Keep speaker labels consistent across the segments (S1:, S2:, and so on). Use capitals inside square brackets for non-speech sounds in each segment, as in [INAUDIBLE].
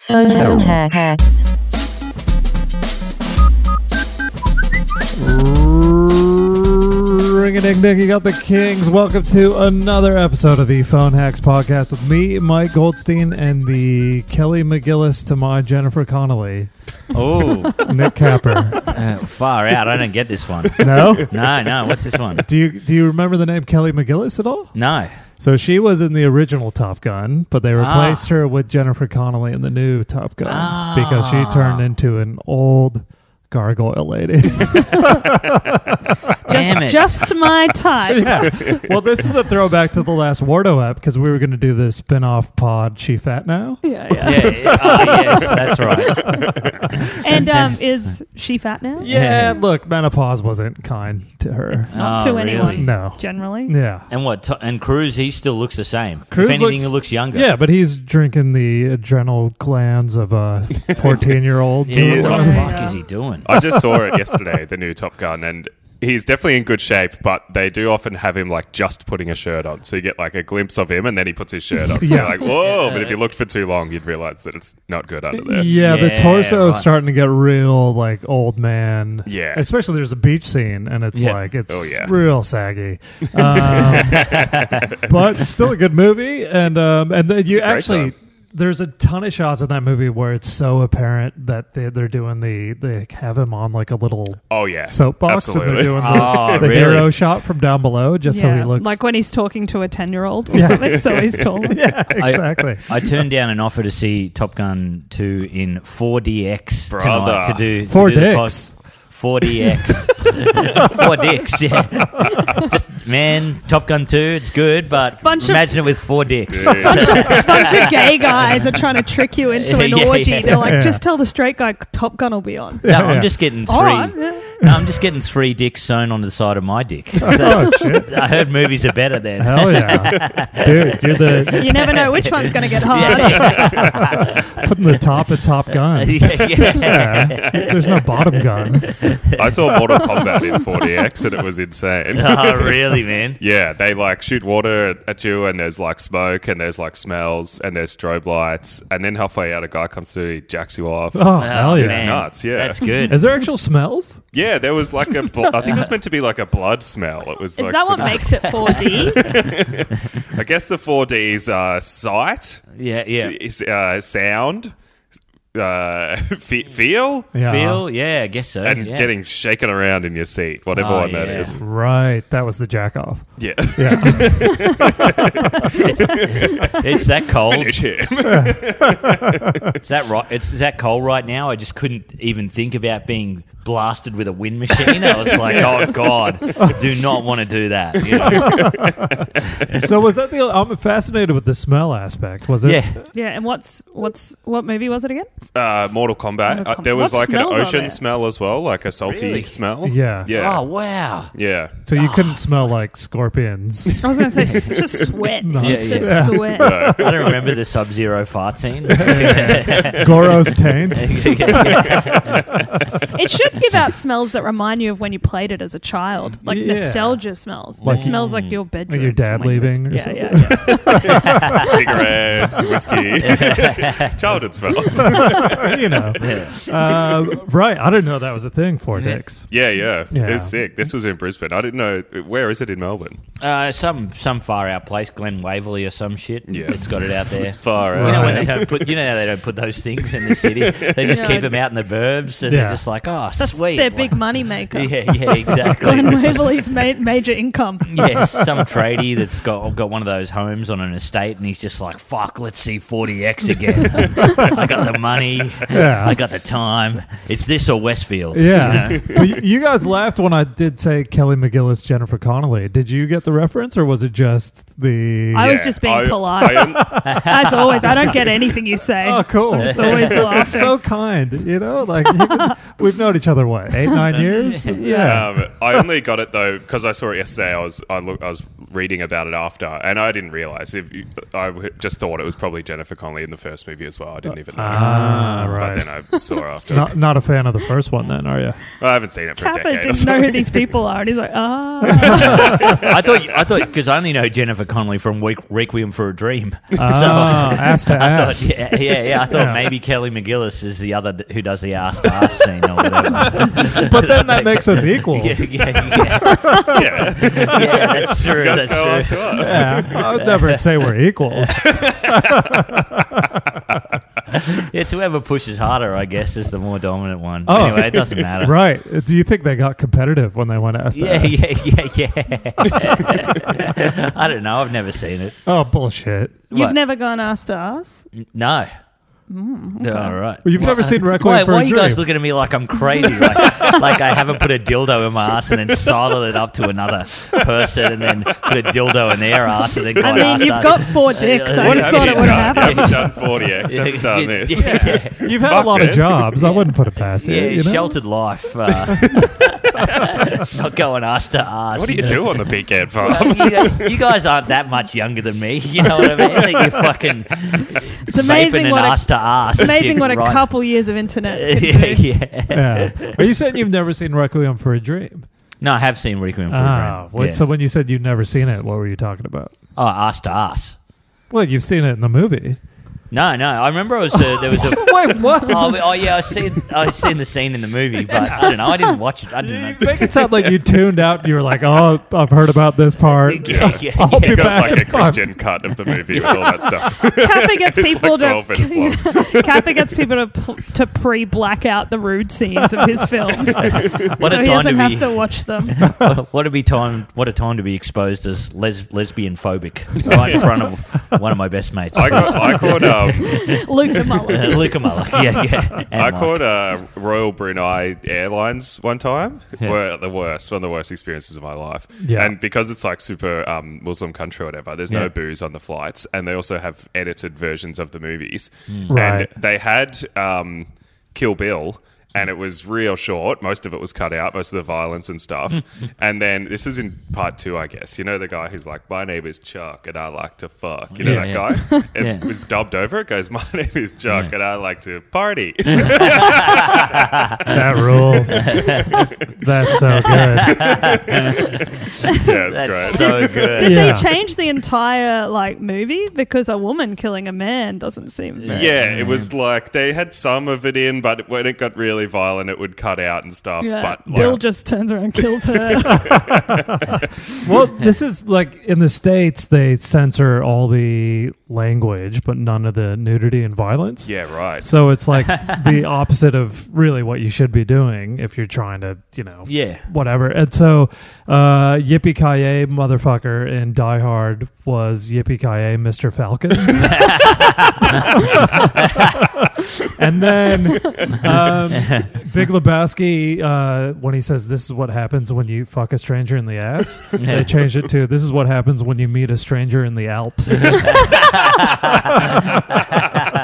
S1: Phone phone hacks. hacks.
S2: Ring a ding ding, you got the Kings. Welcome to another episode of the Phone Hacks Podcast with me, Mike Goldstein, and the Kelly McGillis to my Jennifer Connolly,
S3: Oh,
S2: Nick Capper.
S3: uh, far out. I don't get this one.
S2: No?
S3: No, no. What's this one?
S2: Do you do you remember the name Kelly McGillis at all?
S3: No.
S2: So she was in the original Top Gun, but they replaced her with Jennifer Connolly in the new Top Gun because she turned into an old gargoyle lady.
S3: Damn it.
S4: just, just
S2: [LAUGHS]
S4: my type.
S2: yeah. [LAUGHS] Well, this is a throwback to the last Wardo app because we were going to do the spin off pod She Fat Now.
S4: yeah,
S3: Yeah, [LAUGHS]
S4: yeah.
S3: yeah. Ah, yes, that's right. [LAUGHS]
S4: And um, is she fat now?
S2: Yeah, look, menopause wasn't kind to her.
S4: It's not
S3: Oh,
S4: to anyone
S3: really?
S2: No.
S4: generally.
S2: Yeah.
S3: And what? To- and Cruz, he still looks the same.
S2: Cruz
S3: if anything,
S2: looks-
S3: he looks younger.
S2: Yeah, but he's drinking the adrenal glands of
S3: [LAUGHS]
S2: a 14 year old.
S3: Yeah, what the
S4: Yeah.
S3: fuck
S4: Yeah.
S3: is he doing?
S5: I just saw it yesterday, the new Top Gun, and he's definitely in good shape, but they do often have him like just putting a shirt on. So you get like a glimpse of him and then he puts his shirt on. So
S2: Yeah.
S5: you're like, whoa, but if you looked for too long, you'd realize that it's not good under there.
S2: Yeah, the
S3: Yeah,
S2: torso is
S3: right.
S2: starting to get real like old man.
S5: Yeah.
S2: especially there's a beach scene and it's
S3: Yeah.
S2: like it's
S5: Oh, yeah.
S2: real saggy,
S5: [LAUGHS]
S2: um, but it's still a good movie. And um, and then you
S5: a great
S2: actually
S5: time.
S2: there's a ton of shots in that movie where it's so apparent that they, they're doing the they have him on like a little
S5: Oh, yeah.
S2: soapbox and they're
S5: Absolutely.
S2: doing the,
S3: Oh,
S2: the
S3: really?
S2: hero shot from down below just so he looks
S4: like when he's talking to a ten-year-old or
S2: Yeah.
S4: something. So he's taller.
S2: [LAUGHS] yeah
S3: [LAUGHS]
S2: exactly.
S3: I turned down an offer to see Top Gun 2 in 4DX tonight
S5: Brother.
S3: to do to
S2: 4DX?
S3: do the pod- [LAUGHS] 4DX. 4DX, yeah. Just, man, Top Gun 2, it's good, but
S4: Bunch of-
S3: imagine it with 4 dicks.
S5: Dude.
S4: A [LAUGHS] bunch of gay guys are trying to trick you
S2: [LAUGHS]
S4: into an
S3: Yeah, yeah.
S4: orgy. They're like,
S2: Yeah.
S4: just tell the straight guy Top Gun will be on.
S3: No,
S2: Yeah.
S3: I'm just getting three.
S4: All right. yeah.
S3: No, I'm just getting three dicks sewn onto the side of my dick.
S2: [LAUGHS] oh shit!
S3: I heard movies are better then.
S2: Hell
S3: [LAUGHS]
S2: yeah, dude! You're the
S4: [LAUGHS] You never know which one's going to get hard.
S3: Yeah,
S2: [LAUGHS] putting the top of Top Gun.
S3: yeah, [LAUGHS] yeah.
S2: [LAUGHS] Yeah. There's no bottom gun. Oh,
S5: I saw Mortal Kombat in 40X and it was insane.
S3: Oh, really, man?
S5: Yeah, they like shoot water at you, and there's like smoke, and there's like smells, and there's strobe lights, and then halfway out, a guy comes through, he jacks you off.
S2: Oh, hell yeah.
S5: It's nuts, yeah.
S3: That's good.
S2: Is there actual smells?
S5: Yeah, there was like a. Bl- I think it was meant to be like a blood smell. It was.
S4: Is
S5: like
S4: that what
S5: sort of-
S4: makes it 4D?
S5: [LAUGHS] I guess the four Ds are sight,
S3: yeah, yeah.
S5: is, uh, sound, uh, [LAUGHS] fe- feel,
S2: Yeah.
S3: Feel? Yeah, I guess so.
S5: and
S3: yeah. [LAUGHS]
S5: getting shaken around in your seat, whatever
S3: Oh,
S5: one
S3: yeah.
S5: that is.
S2: Right. That was the jack off.
S5: Yeah. [LAUGHS]
S2: Yeah.
S3: It's that cold.
S5: Finish him.
S3: It's that right. It's is that cold right now. I just couldn't even think about being blasted with a wind machine. I was
S5: [LAUGHS]
S3: like, oh god, do not want to do that.
S2: [LAUGHS]
S3: You know?
S2: [LAUGHS] so was that the? I'm fascinated with the smell aspect. Was it?
S3: Yeah.
S4: yeah, and what's what's what movie was it again?
S5: Uh, Mortal Kombat.
S4: Mortal
S5: Uh, there
S4: Kombat.
S5: was
S4: What
S5: like an
S4: smells are
S5: ocean
S4: there?
S5: smell as well, like a salty
S3: Really?
S5: smell.
S2: Yeah.
S5: Yeah.
S3: Oh wow.
S4: [LAUGHS]
S5: Yeah.
S2: So you couldn't smell like scorpions. [LAUGHS]
S4: I was going to say s- just sweat.
S2: Nice.
S3: Yeah,
S4: Just
S2: yeah.
S4: sweat.
S3: I don't remember the Sub-Zero
S2: [LAUGHS]
S3: fart scene. [LAUGHS]
S2: Goro's [LAUGHS] taint.
S4: It should give out smells that remind you of when you played it as a child, like
S2: Yeah.
S4: nostalgia smells.
S2: Like-
S4: it smells like your bedroom,
S2: your dad
S4: from when you were-
S2: leaving or
S4: yeah,
S2: something.
S4: yeah, yeah.
S5: Cigarettes,
S4: [LAUGHS]
S5: whiskey, [LAUGHS] childhood smells.
S2: [LAUGHS] you know. Uh, right. I didn't know that was a thing for dicks.
S5: Yeah, yeah,
S2: Yeah.
S5: It was sick. This was in Brisbane. I didn't know where is it in Melbourne.
S3: Uh, some some far out place, Glen Waverley or some shit.
S5: Yeah.
S3: it's got it out there.
S5: [LAUGHS] It's far
S3: You
S5: out.
S3: know when they don't put, you know how they don't put those things in the
S5: [LAUGHS]
S3: city. They just
S4: No,
S3: keep
S4: I-
S3: them out in the burbs, and
S2: Yeah.
S3: they're just like, oh,
S4: That's
S3: sweet.
S4: their big money maker.
S3: Yeah, yeah,
S4: [LAUGHS]
S3: exactly. [LAUGHS]
S4: Glenn Waverley's ma- major income.
S3: yes, some tradie that's got got one of those homes on an estate, and he's just like, "Fuck, let's see 40x again."
S4: [LAUGHS]
S3: [LAUGHS] I got the money,
S2: Yeah.
S3: I got the time. It's this or Westfields. you
S2: Yeah.
S3: know?
S2: Well, you, you guys laughed when I did say Kelly McGillis, Jennifer Connolly. Did you get the reference or was it just the.
S4: I was just being polite.
S5: I, un-
S4: As always, I don't get anything you say.
S2: Oh, cool.
S3: [LAUGHS]
S4: I'm just always
S2: It's
S4: laughing.
S2: so kind, you know. Like you can- [LAUGHS] we've known each other what eight nine years. Yeah,
S5: Um, I only got it though because I saw it yesterday. I was I, look, I was reading about it after, and I didn't realize. If you, I w- just thought it was probably Jennifer Connelly in the first movie as well. I didn't even know.
S2: Ah,
S5: But
S2: right.
S5: then I saw
S2: [LAUGHS]
S5: after.
S2: not not a fan of the first one then, are you?
S5: I haven't seen it for a
S4: Kappa
S5: decade. or
S4: didn't
S5: [LAUGHS]
S4: know who
S5: something.
S4: these people are, and he's like, ah.
S2: [LAUGHS]
S3: I thought I thought because I only know Jennifer Connelly from Requ- Requiem for a Dream. [LAUGHS]
S2: Ah, ass to
S3: I thought,
S2: ass.
S3: yeah, yeah, yeah. I thought
S2: Yeah.
S3: maybe Kelly McGillis is the other th- who does the ass to ass scene or whatever.
S2: [LAUGHS] But then that makes us equals.
S3: [LAUGHS] yeah, yeah, yeah.
S5: [LAUGHS] yeah,
S3: [LAUGHS] yeah, that's true.
S5: guys
S3: That's
S5: go
S3: true.
S5: ask to us.
S2: Yeah, I would never
S3: [LAUGHS]
S2: say we're equals.
S3: It's whoever pushes harder, I guess, is the more dominant one.
S2: Oh.
S3: Anyway, it doesn't matter.
S2: Right. Do you think they got competitive when they went ass to
S3: Yeah,
S2: ass?
S3: yeah, yeah, [LAUGHS] yeah. I don't know. I've never seen it.
S2: Oh,
S3: [LAUGHS]
S2: bullshit.
S4: You've
S3: What?
S4: never gone ass to ass?
S3: No.
S4: Hmm,
S3: All right.
S2: Well, you've never seen Requiem
S3: Why,
S2: for
S3: why
S2: a
S3: are you guys
S2: Dream.
S3: looking at me like I'm crazy?
S2: [LAUGHS]
S3: Like, like I haven't put a dildo in my ass and then sidled it up to another person and then put a dildo in their ass and then
S4: I
S3: gone ass
S4: mean,
S3: to
S4: you've
S3: ass.
S4: got four dicks. I
S3: What
S4: just
S3: have
S4: thought
S3: you
S4: it would
S3: done?
S4: have
S5: I haven't
S4: happened.
S5: done 40x. I haven't done this.
S3: Yeah,
S2: [LAUGHS]
S3: yeah,
S2: You've had
S5: Fuck
S2: a lot of
S5: it.
S2: jobs. I wouldn't put it past
S3: yeah,
S2: you. you know?
S3: sheltered life.
S2: [LAUGHS]
S3: Uh, [LAUGHS] not going ass to ass.
S5: What do you do on the weekend
S3: Well,
S5: farm?
S3: you, you
S5: [LAUGHS]
S3: guys aren't that much younger than me. You know what I mean? That you fucking
S4: It's
S3: vaping
S4: amazing
S3: an
S4: what
S3: ass
S4: a,
S3: to ass.
S4: it's amazing
S3: shit,
S4: what a
S3: right? [LAUGHS]
S4: couple years of internet can
S3: yeah,
S4: do.
S3: yeah.
S2: [LAUGHS] Yeah. Are you saying you've never seen Requiem for a Dream?
S3: No, I have seen Requiem for
S2: Ah,
S3: a Dream.
S2: what-
S3: Yeah.
S2: so when you said you've never seen it, what were you talking about?
S3: oh, ass to ass.
S2: Well, you've seen it in the movie.
S3: No, no. I remember I was
S2: [LAUGHS]
S3: uh, there was a.
S2: Wait, what?
S3: Oh, we- oh yeah, I seen I seen the scene in the movie, but I don't know. I didn't watch it. I
S2: you
S3: didn't. Know.
S2: make it sound like you tuned out. And you were like, "Oh, I've heard about this part.
S3: [LAUGHS] Yeah, yeah,
S2: [LAUGHS] I'll
S3: yeah.
S2: be
S5: got
S2: back."
S5: like a
S2: in five
S5: Christian cut of the movie with all that stuff. [LAUGHS]
S4: Kappa gets
S5: It's
S4: people
S5: like 12 minutes
S4: [LAUGHS]
S5: long.
S4: to Kappa gets people to pl- to pre black out the rude scenes of
S2: [LAUGHS]
S4: his films,
S3: What
S4: so
S3: a
S4: he
S3: time
S4: doesn't
S3: to
S4: have
S3: be.
S4: to watch
S5: [LAUGHS]
S4: them.
S3: [LAUGHS] What a be time. What a time to be exposed as les- lesbian phobic right in front of one of my best mates.
S5: I, got, I caught um,
S4: Luca
S3: Uh,
S4: Muller.
S3: [LAUGHS] Luca Muller. Yeah,
S5: [LAUGHS]
S3: yeah. And
S5: I
S3: Mike.
S5: caught uh, Royal Brunei Airlines one time.
S3: Yeah.
S5: Were the worst, one of the worst experiences of my life.
S2: Yeah.
S5: And because it's like super um, Muslim country or whatever, there's
S3: Yeah.
S5: no booze on the flights, and they also have edited versions of the movies.
S3: Hmm.
S2: Right.
S5: And they had um, Kill Bill. And it was real short. Most of it was cut out, most of the violence
S3: [LAUGHS]
S5: and stuff. and then this is in part two, I guess. You know, the guy who's like, My name is Chuck and I like to fuck. You know
S3: Yeah,
S5: that
S3: yeah.
S5: guy? It
S3: Yeah.
S5: was dubbed over. It goes, My [LAUGHS] name is Chuck
S3: Yeah.
S5: and I like to
S3: [LAUGHS]
S5: party.
S2: That rules. That's so good.
S5: yeah, it's
S3: That's
S5: great.
S3: so good.
S4: Did
S2: Yeah.
S4: they change the entire like movie because a woman killing a man doesn't seem? Very-
S5: [LAUGHS] yeah, it
S3: Mm.
S5: was like they had some of it in, but when it got really violent, it would cut out and stuff.
S4: Yeah.
S5: But like,
S4: Bill just turns around and kills
S5: [LAUGHS]
S4: her.
S2: Well, this is like in the states they censor all the language, but none of the nudity and violence.
S5: yeah, right. [LAUGHS]
S2: So it's like the opposite of really what you should be doing if you're trying to, you know,
S5: [LAUGHS]
S3: Yeah.
S2: whatever. And so, uh, Yippee Ki Yay, motherfucker in Die Hard was Yippee Ki Yay, Mr.
S3: [LAUGHS]
S2: Falcon. and then um, Big Lebowski, uh, when he says, "This is what happens when you fuck a stranger in the ass," they changed it to, "This is what happens when you meet a stranger in the
S3: [LAUGHS]
S2: Alps." [LAUGHS]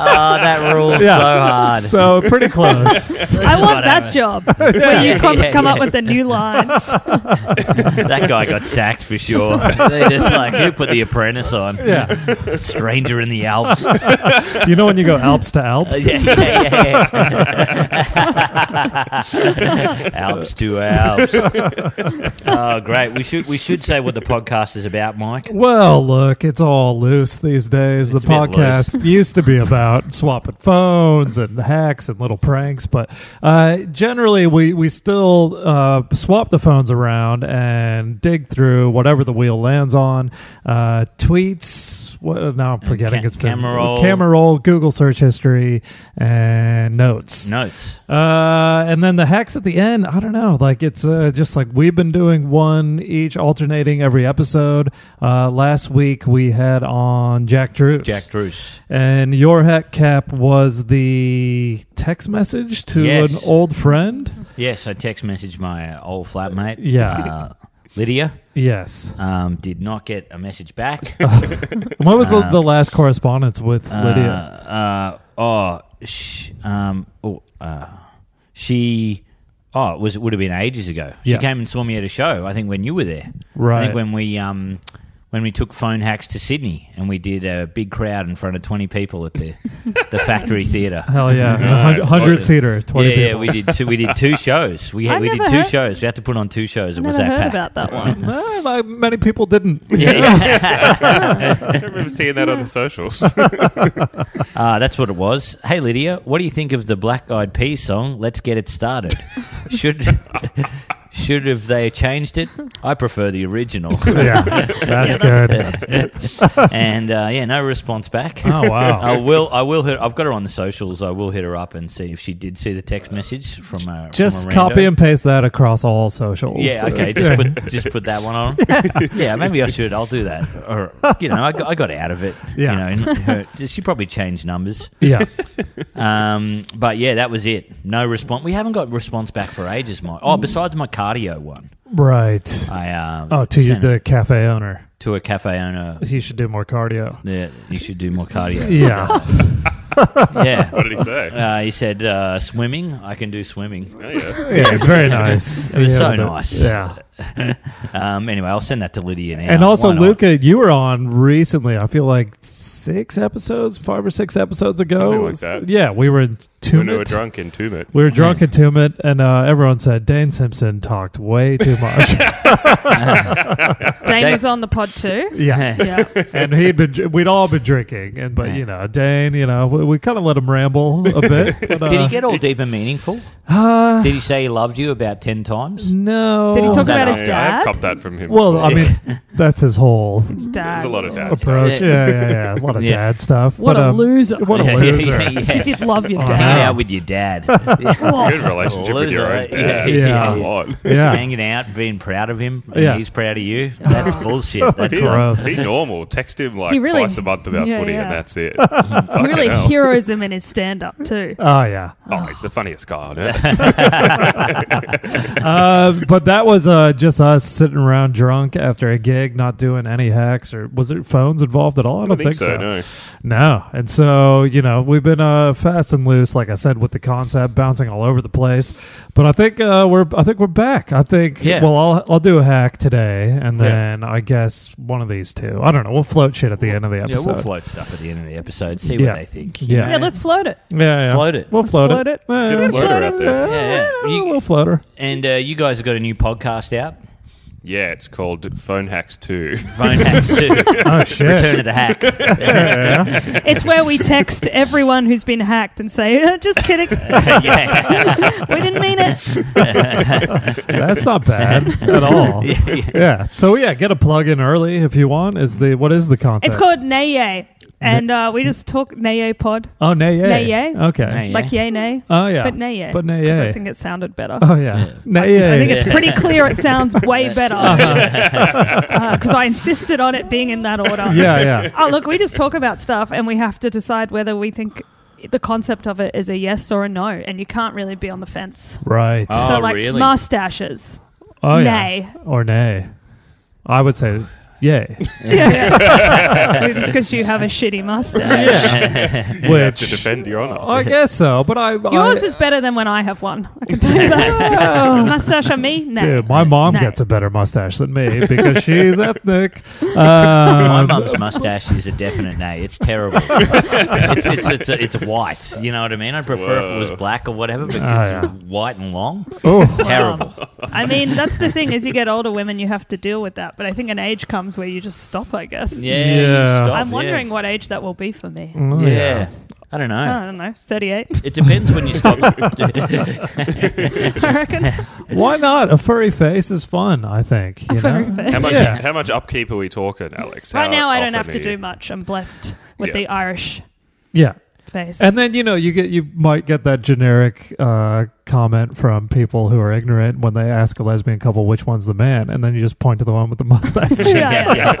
S3: Oh, that rules so hard.
S2: so pretty close.
S3: [LAUGHS]
S4: I want that
S3: Whatever.
S5: [LAUGHS]
S4: job where you come,
S3: Yeah,
S4: come up
S3: yeah.
S4: with the new lines.
S3: That guy got sacked for
S5: [LAUGHS]
S3: sure. They're just like, who put the apprentice on?
S2: yeah.
S3: Stranger in the Alps.
S2: You know when you go Alps to Alps?
S3: yeah, yeah, yeah, yeah. Alps to Alps. Oh, great. We should we should say what the podcast is about, Mike.
S2: Well, look, it's all loose these days.
S3: It's
S2: the
S3: a bit [LAUGHS]
S2: podcast used to be about swapping phones and hacks and little pranks, but uh, generally we, we still uh, swap the phones around and dig through whatever the wheel lands on. Uh, tweets, what, now I'm forgetting.
S3: ca-
S2: it's been
S3: camera roll.
S2: camera roll, Google search history, and notes.
S3: Notes.
S2: Uh, and then the hacks at the end, I don't know. Like it's uh, just like we've been doing one each, alternating every episode. Uh, last week we had on Jack Drews.
S3: Jack Drews.
S2: And your hack cap was the text message to
S3: Yes.
S2: an old friend.
S3: Yes, I text messaged my old flatmate.
S2: Yeah.
S3: Uh, Lydia.
S2: Yes.
S3: Um, did not get a
S2: [LAUGHS]
S3: message back.
S2: Oh, What was
S3: Uh,
S2: the, the last correspondence with Lydia?
S3: Uh, uh, oh, sh- um, oh, uh, she. Oh, it was it would have been ages ago. She
S2: Yeah.
S3: came and saw me at a show. I think when you were there, I
S2: Right.
S3: think when we um, when we took phone hacks to Sydney and we did a big crowd in front of twenty people
S4: [LAUGHS]
S3: at the the Factory Theatre.
S2: Hell
S3: [LAUGHS]
S2: yeah,
S5: Nice.
S2: hundred seater, twenty
S3: yeah, yeah,
S2: people.
S3: we did two. We did two shows. We had,
S4: I
S3: we did
S4: never
S3: two
S4: heard-
S3: shows. We had to put on two shows. It
S4: Never
S3: was
S4: heard
S3: that packed.
S4: about that
S3: [LAUGHS]
S4: one.
S2: [LAUGHS] Well, like, many people didn't.
S3: Yeah, yeah.
S2: [LAUGHS]
S3: [LAUGHS]
S5: I remember seeing that on the socials.
S3: Uh, that's what it was. Hey Lydia, what do you think of the Black Eyed Peas song "Let's Get It Started"? should [LAUGHS] should have they changed it? I prefer the original.
S2: [LAUGHS] Yeah, that's
S3: [LAUGHS]
S2: good.
S3: and uh, yeah, no response back.
S2: oh wow.
S3: [LAUGHS] I will. I will. Hit, I've got her on the socials. I will hit her up and see if she did see the text message from her.
S2: Just
S3: from a
S2: copy
S3: rando.
S2: and paste that across all socials.
S3: Yeah. Okay. Just
S2: [LAUGHS]
S3: put just put that one on. yeah. Maybe I should. I'll do that. Or you know, I got, I got out of it.
S2: Yeah.
S3: You know, and her, she probably changed numbers.
S2: yeah.
S3: Um. But yeah, that was it. No response. We haven't got response back for ages. My oh, besides my cardio one,
S2: Right.
S3: I um.
S2: Oh, to
S3: sent
S2: the cafe owner,
S3: to a cafe owner.
S2: he should do more
S3: [LAUGHS]
S2: cardio.
S3: Yeah, you should do
S2: [LAUGHS]
S3: more cardio.
S2: Yeah.
S3: yeah.
S5: what did he say?
S3: Uh, he said, uh, "Swimming, I can do swimming."
S5: Oh, yeah.
S2: yeah, it's very nice.
S3: [LAUGHS] It was
S2: Yeah,
S3: so
S2: but-
S3: nice.
S2: Yeah.
S3: Um, anyway, I'll send that to Lydia now.
S2: and also,
S3: Why not?
S2: Luca, you were on recently. I feel like six episodes, five or six episodes ago.
S5: Something like that.
S2: Yeah, we were in
S5: When we were
S2: Tumut.
S5: drunk in Tumut.
S2: We were
S3: [LAUGHS]
S2: drunk in Tumut, and uh, everyone said Dane Simpson talked way too
S3: [LAUGHS]
S2: much.
S4: Dane
S3: Dane-
S4: was on the pod
S5: [LAUGHS]
S4: too.
S2: yeah,
S4: Yeah.
S2: and he'd been, we'd all been drinking, and but you know, Dane, you know, we, we kind of let him ramble
S3: [LAUGHS]
S2: a bit. But, uh,
S3: [LAUGHS] Did he
S2: [LAUGHS]
S3: get all deep and meaningful?
S2: Uh,
S3: Did he say he loved you about ten times?
S2: no.
S5: Oh,
S4: Did he talk
S3: [LAUGHS] that
S4: about his
S3: on?
S5: Yeah, I've
S4: dad?
S5: copped that from him.
S2: Well,
S5: before.
S2: I mean, that's his
S3: [LAUGHS]
S2: whole
S4: His dad.
S5: There's a lot of dads.
S2: approach.
S3: Yeah.
S2: Yeah, yeah, yeah. A lot of
S3: [LAUGHS] Yeah.
S2: dad stuff.
S4: What
S2: but,
S4: a
S2: um,
S4: loser.
S2: What a
S3: [LAUGHS] Yeah, yeah,
S2: loser.
S3: yeah,
S4: As if you'd love
S5: [LAUGHS]
S4: your
S2: Oh,
S4: dad.
S3: Hang
S2: yeah.
S3: out with
S2: [LAUGHS]
S3: your dad. Yeah.
S5: [LAUGHS]
S3: [LAUGHS]
S5: Good relationship with your own
S3: Loser,
S5: dad.
S3: yeah.
S2: Yeah.
S5: Come on.
S2: Yeah.
S3: Just hanging out, being proud of him, and
S2: Yeah.
S3: he's proud of [LAUGHS] you. That's
S2: [LAUGHS]
S3: bullshit. That's
S5: Be,
S2: Gross.
S3: like,
S5: be normal. Text him like
S4: He really-
S5: twice a month about
S4: Yeah,
S5: footy,
S4: yeah.
S5: and
S4: [LAUGHS]
S5: that's it. oh,
S4: He really
S5: hell.
S4: heroes him in his stand up too.
S2: Oh yeah,
S5: he's the funniest guy on earth.
S2: uh, but that was uh, just us sitting around drunk after a gig, not doing any hacks or was it phones involved at all? I don't,
S5: I think so. No.
S2: No. And so, you know, we've been uh, fast and loose, like I said, with the concept bouncing all over the place. But I think uh, we're I think we're back. I think
S3: Yeah.
S2: well I'll I'll do a hack today and
S3: Yeah.
S2: then I guess one of these two. I don't know. We'll float shit at the end of the
S3: yeah,
S2: episode.
S3: we'll float stuff at the end of the episode. See
S2: Yeah.
S3: what they think.
S2: Yeah.
S4: Yeah, let's float
S5: [LAUGHS]
S4: it.
S2: yeah, yeah.
S3: Float it.
S2: We'll float,
S4: float
S2: it.
S4: it.
S2: Yeah,
S5: Good
S2: yeah.
S5: floater out there.
S3: Yeah, yeah. You-
S2: a little
S3: [LAUGHS]
S2: floater.
S3: And uh, you guys have got a new podcast out,
S5: Yeah, it's called Phone Hacks
S3: [LAUGHS]
S5: 2. [LAUGHS]
S3: Phone Hacks [LAUGHS] Two:
S2: Oh shit.
S3: Return of the [LAUGHS] Hack.
S2: yeah.
S4: It's where we text everyone who's been hacked and say, [LAUGHS] just
S5: [LAUGHS]
S4: kidding.
S3: yeah.
S4: [LAUGHS] we didn't mean it.
S3: [LAUGHS]
S2: That's not bad at all. Yeah,
S3: yeah.
S2: So yeah, get a plug in early if you want. Is the what is the concept?
S4: It's called Naye. And uh, we just talk Naye pod.
S2: Oh nay yay.
S4: Nay, yay.
S2: Okay.
S3: Nay, yay.
S4: Like yay, nay.
S2: Oh yeah.
S4: But Naye.
S2: But nay
S4: Because
S2: yay.
S4: I think it sounded better.
S2: oh yeah. Nay yay.
S4: I think it's pretty clear it
S2: [LAUGHS]
S4: sounds way better. [LAUGHS] Because I insisted on it being in that order.
S2: Uh-huh. yeah, yeah.
S4: oh look we just talk about stuff and we have to decide whether we think the concept of it is a yes or a no and you can't really be on the fence
S2: Right.
S3: Oh,
S4: so like
S3: really? [LAUGHS]
S4: mustaches
S2: oh,
S4: nay.
S2: Yeah. Or nay. I would say
S4: [LAUGHS]
S2: yay.
S4: yeah, yeah. just because you have a shitty mustache
S2: [LAUGHS]
S5: to
S2: Which
S5: defend your honor.
S2: I guess so, but I
S4: yours
S2: I,
S4: is better than when i have one i can tell you
S2: [LAUGHS]
S4: that mustache on me nay.
S2: Dude, my mom
S4: Nay.
S2: gets a better mustache than
S4: [LAUGHS]
S2: me because she's ethnic. Um,
S3: My mum's mustache is a definite nay.
S2: [LAUGHS]
S3: It's terrible. it's, it's, it's, it's white. You know what I mean? I'd prefer if it was
S5: Whoa.
S3: black or whatever, but
S2: Oh, yeah.
S3: it's white and long.
S4: [LAUGHS]
S2: oh,
S3: Terrible.
S4: Um, I mean, that's the thing. As you get older, women, you have to deal with that. But I think an age comes where you just stop. I guess.
S3: Yeah. you
S2: Yeah.
S3: stop,
S4: I'm
S3: yeah.
S4: wondering what age that will be for me.
S2: oh,
S3: Yeah.
S2: yeah.
S3: I don't know.
S4: I don't know. 38.
S3: It depends when you stop.
S4: [LAUGHS] I reckon.
S2: Why not? A furry face is fun, I think. you
S4: furry
S2: know?
S4: face.
S5: How much,
S2: Yeah.
S5: how much upkeep are we talking, Alex?
S4: Right
S5: How
S4: now, I don't
S5: often
S4: have to
S5: are
S4: do
S5: you-
S4: much. I'm blessed with
S5: Yeah.
S4: the Irish
S2: Yeah.
S4: face.
S2: And then you know you get you might get that generic uh, comment from people who are ignorant when they ask a lesbian couple which one's the man, and then you just point to the one with the
S4: [LAUGHS]
S2: mustache.
S4: [LAUGHS]
S2: [LAUGHS]
S4: yeah, yeah.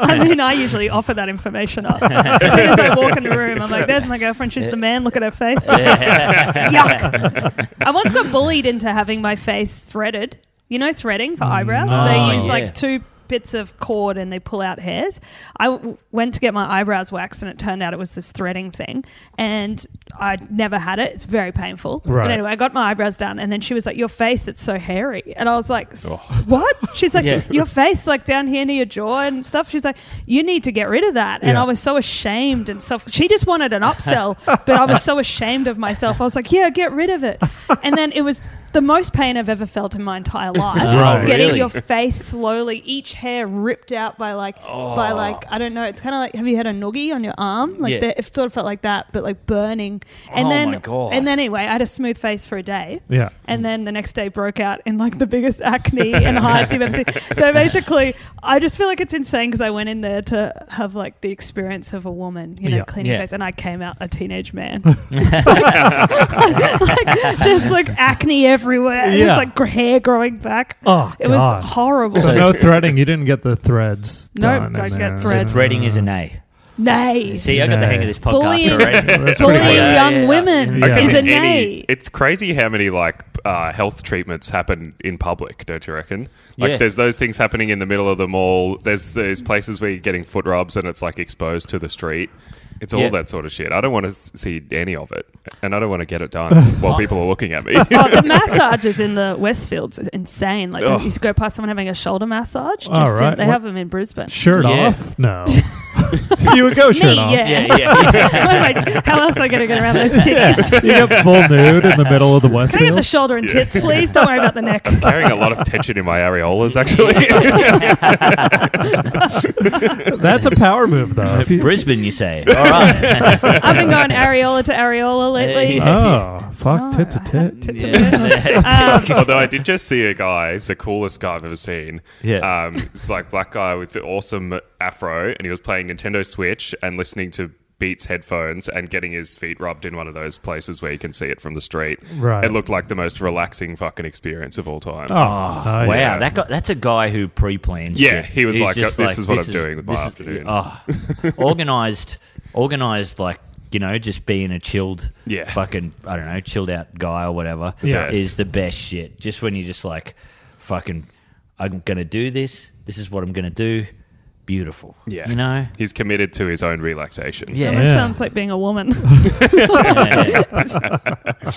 S4: I mean, I usually offer that information up. As soon as I walk in the room, I'm like, there's my girlfriend. She's the man. Look at her face. Yuck. I once got bullied into having my face threaded. You know, threading for eyebrows?
S2: no.
S4: They use
S3: Yeah.
S4: like two bits of cord and they pull out hairs. I w- went to get my eyebrows waxed and it turned out it was this threading thing, and I never had it. It's very painful.
S2: Right.
S4: But anyway, I got my eyebrows done, and then she was like, "Your face, it's so hairy," and I was like, "S- "What?" She's like,
S3: Oh. [LAUGHS] Yeah.
S4: "Your face, like down here near your jaw and stuff." She's like, "You need to get rid of that," and
S2: Yeah.
S4: I was so ashamed and self. She just wanted an
S3: [LAUGHS]
S4: upsell, but I was so ashamed of myself. I was like, "Yeah, get rid of it," and then it was. The most pain I've ever felt in my
S3: [LAUGHS]
S4: entire life.
S2: Right.
S4: Getting
S3: Really?
S4: your face slowly, each hair ripped out by like, by like, I don't know. It's kind of like, have you had a noogie on your arm? Like
S3: Oh. Yeah.
S4: that, it sort of felt like that, but like burning. And
S3: Oh
S4: then,
S3: my God.
S4: and then anyway, I had a smooth face for a day.
S2: Yeah.
S4: And then the next day broke out in like the biggest
S2: [LAUGHS]
S4: acne and hives you've ever seen. So basically, I just feel like it's insane because I went in there to have like the experience of a woman, you know,
S2: Yeah.
S4: cleaning
S3: Yeah.
S4: face, and I came out a teenage
S2: [LAUGHS]
S4: man. [LAUGHS] like, just like acne everywhere. It
S2: Yeah.
S4: was like gr- hair growing back.
S2: Oh,
S4: it
S2: God.
S4: was horrible.
S2: So
S3: [LAUGHS] So
S2: no threading. You didn't get the threads.
S4: No,
S2: done in
S4: don't get
S2: there.
S4: threads.
S2: Uh,
S3: [LAUGHS] Threading is an A.
S4: nay.
S3: See, I got the hang of this podcast
S4: Bullying.
S3: already.
S2: That's
S4: Bullying
S2: pretty
S3: Yeah,
S4: young
S3: yeah, yeah.
S4: women
S2: Yeah.
S4: is
S2: Okay.
S4: a
S5: Any-
S4: nay.
S5: it's crazy how many like uh, health treatments happen in public, don't you reckon? Like
S3: Yeah.
S5: there's those things happening in the middle of the mall. There's there's places where you're getting foot rubs and it's like exposed to the street. It's all
S3: Yeah.
S5: that sort of shit. I don't want to see any of it, and I don't want to get it done while people are looking at me. [LAUGHS]
S4: oh,
S2: [LAUGHS]
S4: the massages in the Westfields is insane. Like
S5: Ugh.
S4: you used to go past someone having a shoulder massage. Just
S2: All right.
S4: in, they
S2: What-
S4: have them in Brisbane.
S2: [LAUGHS] Shirt
S3: Yeah.
S2: off?
S3: [LAUGHS]
S2: No. [LAUGHS] you would go
S4: [LAUGHS]
S2: shirt
S4: Me,
S2: off.
S4: yeah.
S3: Yeah, yeah.
S2: [LAUGHS]
S4: [LAUGHS]
S3: [LAUGHS]
S4: Wait, how else am I going to get around those titties?
S2: You get full nude in the middle of the
S4: Can I get the
S2: Westfield.
S4: shoulder and
S5: Yeah.
S4: tits, please? Don't worry about the neck.
S5: Carrying a lot of tension in my areolas, actually.
S2: [LAUGHS] [LAUGHS]
S3: [LAUGHS]
S2: That's a
S5: [LAUGHS]
S2: power move, though. If you-
S3: Brisbane, you say? All right.
S4: [LAUGHS] I've been going areola to areola [LAUGHS] lately.
S3: Yeah.
S2: oh, fuck, tit to tit.
S4: Tits
S3: [LAUGHS] Yeah.
S4: and- Um,
S5: Although I did just see a guy, it's the coolest guy I've ever seen.
S3: Yeah.
S5: Um, it's like black guy with the awesome afro, and he was playing Nintendo Switch and listening to Beats headphones and getting his feet rubbed in one of those places where you can see it from the street.
S2: Right.
S5: It looked like the most relaxing fucking experience of all time.
S2: Oh, nice.
S3: Wow, that guy, that's a guy who pre-plans.
S5: Yeah,
S3: shit.
S5: he was
S3: He's
S5: like,
S3: just
S5: "This is what I'm doing with my
S3: this is-
S5: afternoon."
S3: ah.
S5: [LAUGHS]
S3: organized, organized, like you know, just being a chilled,
S5: Yeah.
S3: fucking, I don't know, chilled out guy or whatever.
S2: Yeah.
S5: best.
S3: is the best shit. Just when you're just like, fucking, I'm gonna do this. This is what I'm gonna do. Beautiful.
S5: Yeah.
S3: you know. [LAUGHS]
S5: He's [LAUGHS] committed to his own relaxation.
S3: Yeah.
S4: That
S2: Yeah.
S4: sounds like being a
S2: [LAUGHS]
S4: woman.
S5: [LAUGHS]
S3: [LAUGHS]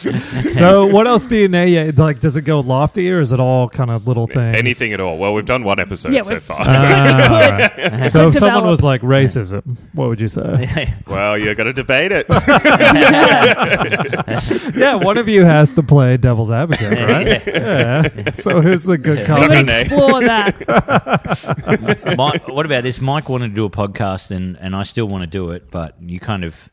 S2: so, what else do you know? Yeah, like, does it go lofty or is it all kind of little things?
S5: Anything at all. Well, we've done one episode
S4: Yeah,
S5: so
S4: we've-
S5: far.
S2: Ah,
S5: so-
S2: all right. So, if someone
S4: develop.
S2: was like racism, what would you
S3: [LAUGHS]
S2: say?
S5: well, you're going to debate it.
S2: [LAUGHS] yeah,
S4: [LAUGHS]
S2: one of you has to play devil's advocate, right? yeah. So, who's the good
S4: we
S2: cop?
S4: would
S5: Not a nay.
S4: explore that.
S3: [LAUGHS] Mike, what about this? Mike wanted to do a podcast, and, and I still want to do it, but you kind of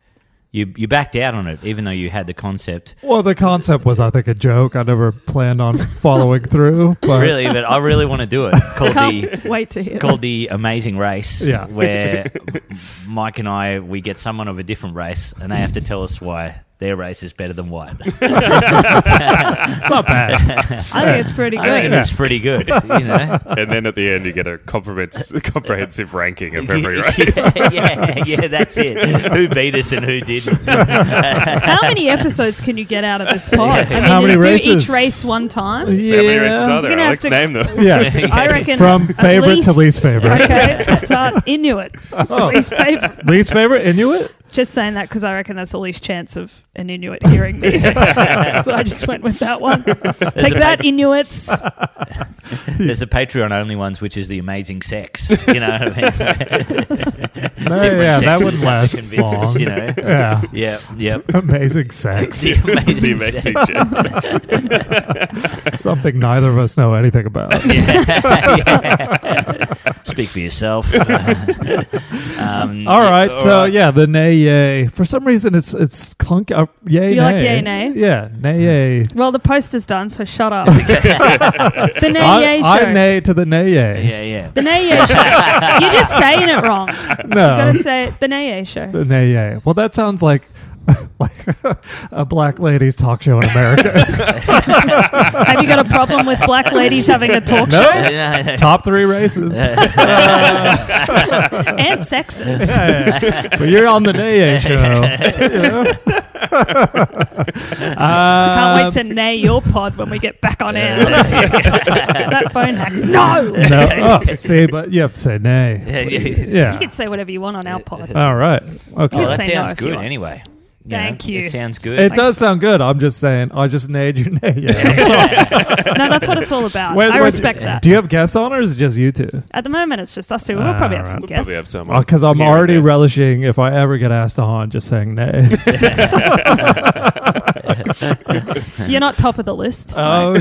S3: you you backed out on it, even though you had the concept.
S2: Well, the concept was, I think, a joke. I never planned on following through. But
S3: Really, but I really want to do
S4: [LAUGHS]
S3: it. Called the
S4: Can't wait to hear.
S3: called the Amazing Race,
S2: Yeah.
S3: where
S4: [LAUGHS]
S3: Mike and I we get someone of a different race, and they have to tell us why their race is better
S4: [LAUGHS]
S3: than white.
S2: it's not
S3: [LAUGHS]
S2: bad.
S4: I think it's pretty
S3: I reckon
S4: good.
S3: it's pretty good, you
S4: [LAUGHS]
S3: know.
S5: and then at the end, you get a comprehens- comprehensive ranking of every
S3: yeah,
S5: race.
S3: [LAUGHS] yeah, yeah, that's it. Who beat us and who didn't?
S4: How many
S3: [LAUGHS]
S5: [LAUGHS]
S4: episodes can you get out of this pod? I mean,
S2: How many
S4: do
S2: races?
S4: each race one time?
S2: Yeah.
S5: How many races are there?
S4: gonna have
S5: Alex,
S4: to-
S5: name them.
S2: Yeah.
S4: [LAUGHS] I reckon
S2: From
S4: at
S2: favorite to least
S4: [LAUGHS]
S2: favorite. Oh.
S4: Okay, start
S2: [LAUGHS]
S4: Inuit. Least favorite.
S2: Least favorite Inuit?
S4: Just saying that because I reckon that's the least chance of an Inuit [LAUGHS] hearing
S2: [LAUGHS]
S3: [LAUGHS]
S4: me. [LAUGHS] so I just went with that one. Take
S3: a
S4: that,
S3: paper-
S4: Inuits.
S3: There's the Patreon only ones, which is the amazing sex. You know, what I mean?
S2: No, yeah, that
S3: sexes
S2: wouldn't
S3: have
S2: last
S3: different
S2: long.
S3: convictions, you know?
S2: [LAUGHS] Yeah.
S3: yeah, yep.
S2: Amazing
S3: [LAUGHS]
S2: sex.
S3: The amazing,
S5: the amazing
S3: sex.
S5: shit.
S2: [LAUGHS]
S3: [LAUGHS]
S2: Something neither of us know anything about.
S3: [LAUGHS] Yeah, yeah. Speak
S2: [LAUGHS]
S3: for yourself. um,
S2: All right, so
S3: right.
S2: yeah, the nay yay. For some reason, it's it's clunk. Uh, yay
S4: You
S2: nay.
S4: like yay, nay?
S2: Yeah, nay yay.
S4: Well, the poster's done, so shut
S2: [LAUGHS]
S4: up. [LAUGHS] the Nay Yay
S2: I,
S4: Show.
S2: I nay to the nay yay.
S3: yeah, yeah.
S4: the Nay Yay E Show. You're just saying it wrong. You
S2: No,
S4: gotta say it, the Nay Yay Show.
S2: the nay yay. Well, that sounds like [LAUGHS] like a black ladies talk show in America.
S4: [LAUGHS] Have you got a problem with black ladies having a talk
S2: no,
S3: Yeah.
S2: top three races.
S4: show [LAUGHS] and sexes? [LAUGHS]
S2: Yeah, Um, yeah. but you're on the nay yay show.
S4: Can't wait to nay your pod when we get back on
S2: [LAUGHS]
S4: air. [LAUGHS] that phone hacks. No!
S2: No,
S4: [LAUGHS]
S2: oh, see, but you have to say nay.
S3: yeah, yeah.
S2: Yeah.
S4: You could say whatever you want on our pod.
S2: All right.
S3: Oh,
S2: Okay.
S3: that
S4: say no
S3: sounds
S4: if you
S3: good
S4: want.
S3: anyway. You
S4: Thank
S3: know,
S4: you.
S3: It sounds good.
S2: it does sound good. I'm just saying. I just nayed your [LAUGHS] nay. Yeah. I'm sorry.
S4: No, that's what it's all about.
S2: Wait,
S4: I
S2: wait,
S4: respect that.
S2: Do you have guests on, or is it just you two?
S4: At the moment, it's just us two. We'll probably have
S2: Alright.
S4: some
S2: We'll
S4: guests.
S5: Probably have some.
S2: Because I'm
S5: here and
S2: already
S5: there.
S2: relishing if I ever get asked to Han, just saying nay.
S4: [LAUGHS] [LAUGHS] You're not top of the list.
S2: oh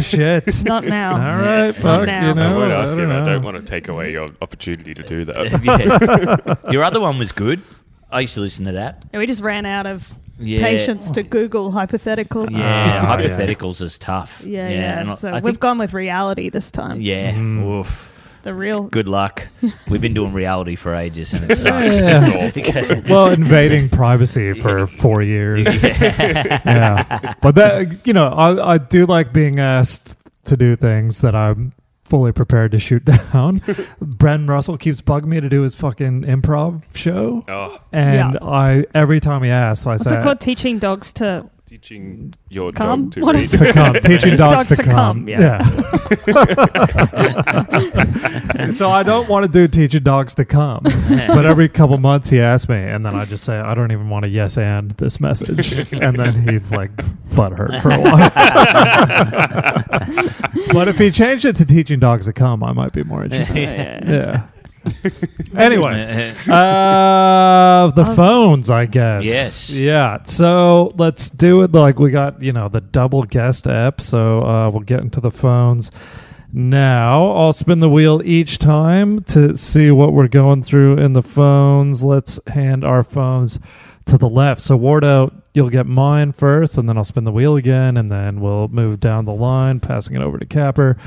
S4: [LAUGHS]
S2: shit!
S4: Not
S2: All
S4: now.
S2: right, fuck.
S4: now.
S2: You know,
S5: I would ask
S2: I
S5: you,
S2: don't
S5: and I don't
S2: know.
S5: want to take away your opportunity to do that.
S4: [LAUGHS]
S3: [LAUGHS] Yeah. Your other one was good. I used to listen to that.
S4: Yeah, We just ran out of
S3: Yeah.
S4: patience to Google hypotheticals.
S3: Yeah,
S2: Ah, yeah.
S3: hypotheticals is tough.
S4: Yeah,
S3: and
S4: yeah.
S3: I-
S4: So
S3: I
S4: we've
S3: think-
S4: gone with reality this time.
S3: Yeah,
S2: Mm.
S3: oof.
S4: The real.
S3: Good
S2: [LAUGHS]
S3: luck. We've been doing reality for ages, and it sucks.
S2: Yeah.
S3: [LAUGHS] awful.
S2: well, invading privacy for four years. yeah, but that you know, I I do like being asked to do things that I'm fully prepared to shoot [LAUGHS] down. Bren Russell keeps bugging me to do his fucking improv show,
S5: [LAUGHS] oh,
S2: and
S4: Yeah.
S2: I every time he asks, I
S4: What's
S2: say.
S4: it called? Teaching dogs
S3: [LAUGHS]
S4: to
S5: teaching your
S4: Come?
S5: dog to
S4: What
S5: read.
S4: is
S5: [LAUGHS]
S2: to come, teaching
S4: Dogs
S2: dogs, to,
S4: to
S2: come.
S4: come,
S2: Yeah. so I don't want to do teaching dogs to [LAUGHS] come, but every couple months he asks me, and then I just say I don't even want to yes and this message, and then he's like butthurt for a while. [LAUGHS] but if he changed it to teaching dogs to come, I might be more [LAUGHS] interested. yeah. Anyways, uh, the phones, I guess.
S3: Yes.
S2: Yeah. So let's do it. Like we got, you know, the double guest app. So uh, we'll get into the phones now. I'll spin the wheel each time to see what we're going through in the phones. Let's hand our phones to the left. So Wardo, you'll get mine first, and then I'll spin the wheel again, and then we'll move down the line, passing it over to Capper.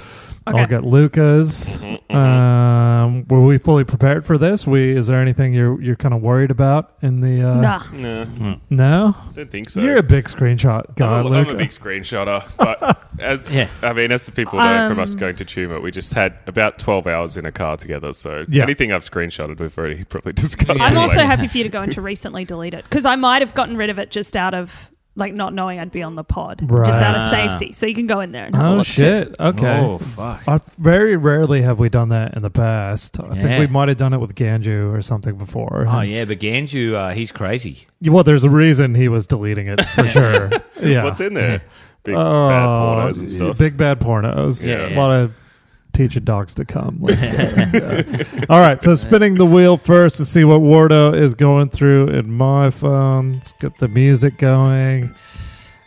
S2: I'll
S4: Okay.
S2: get Luca's.
S5: Mm-hmm.
S2: Um, were we fully prepared for this? We is there anything you're you're kind of worried about in the? Uh,
S4: nah.
S5: No,
S2: No,
S5: don't think so.
S2: you're a big screenshot guy,
S5: I'm a, I'm a
S2: Luca.
S5: big screenshotter,
S2: [LAUGHS]
S5: but as
S3: Yeah.
S5: I mean, as the people know from us
S4: Um,
S5: going to Tumor, we just had about 12 hours in a car together. So
S2: Yeah.
S5: anything I've screenshotted, we've already [LAUGHS] probably discussed.
S4: I'm
S5: it
S4: also
S5: later.
S4: happy for you to go into recently delete it because I might have gotten rid of it just out of like not knowing I'd be on the pod, just out
S2: Right.
S4: of safety. So you can go in there and have a
S2: Oh
S4: look.
S2: shit! Okay. Um,
S3: Oh fuck.
S2: I, very rarely have we done that in the past. I
S3: Yeah.
S2: think we might have done it with Ganju or something before.
S3: Oh yeah, but Ganju, uh, he's crazy.
S2: Well, there's a reason he was deleting it
S5: [LAUGHS]
S2: for sure. Yeah.
S5: What's
S2: [LAUGHS]
S5: in there? Big
S2: Oh,
S5: bad pornos and stuff.
S2: Big bad pornos. A
S5: Yeah.
S2: lot of teaching dogs to come. Let's say. Yeah. All right. So spinning the wheel first to see what Wardo is going through in my phone. Let's get the music going.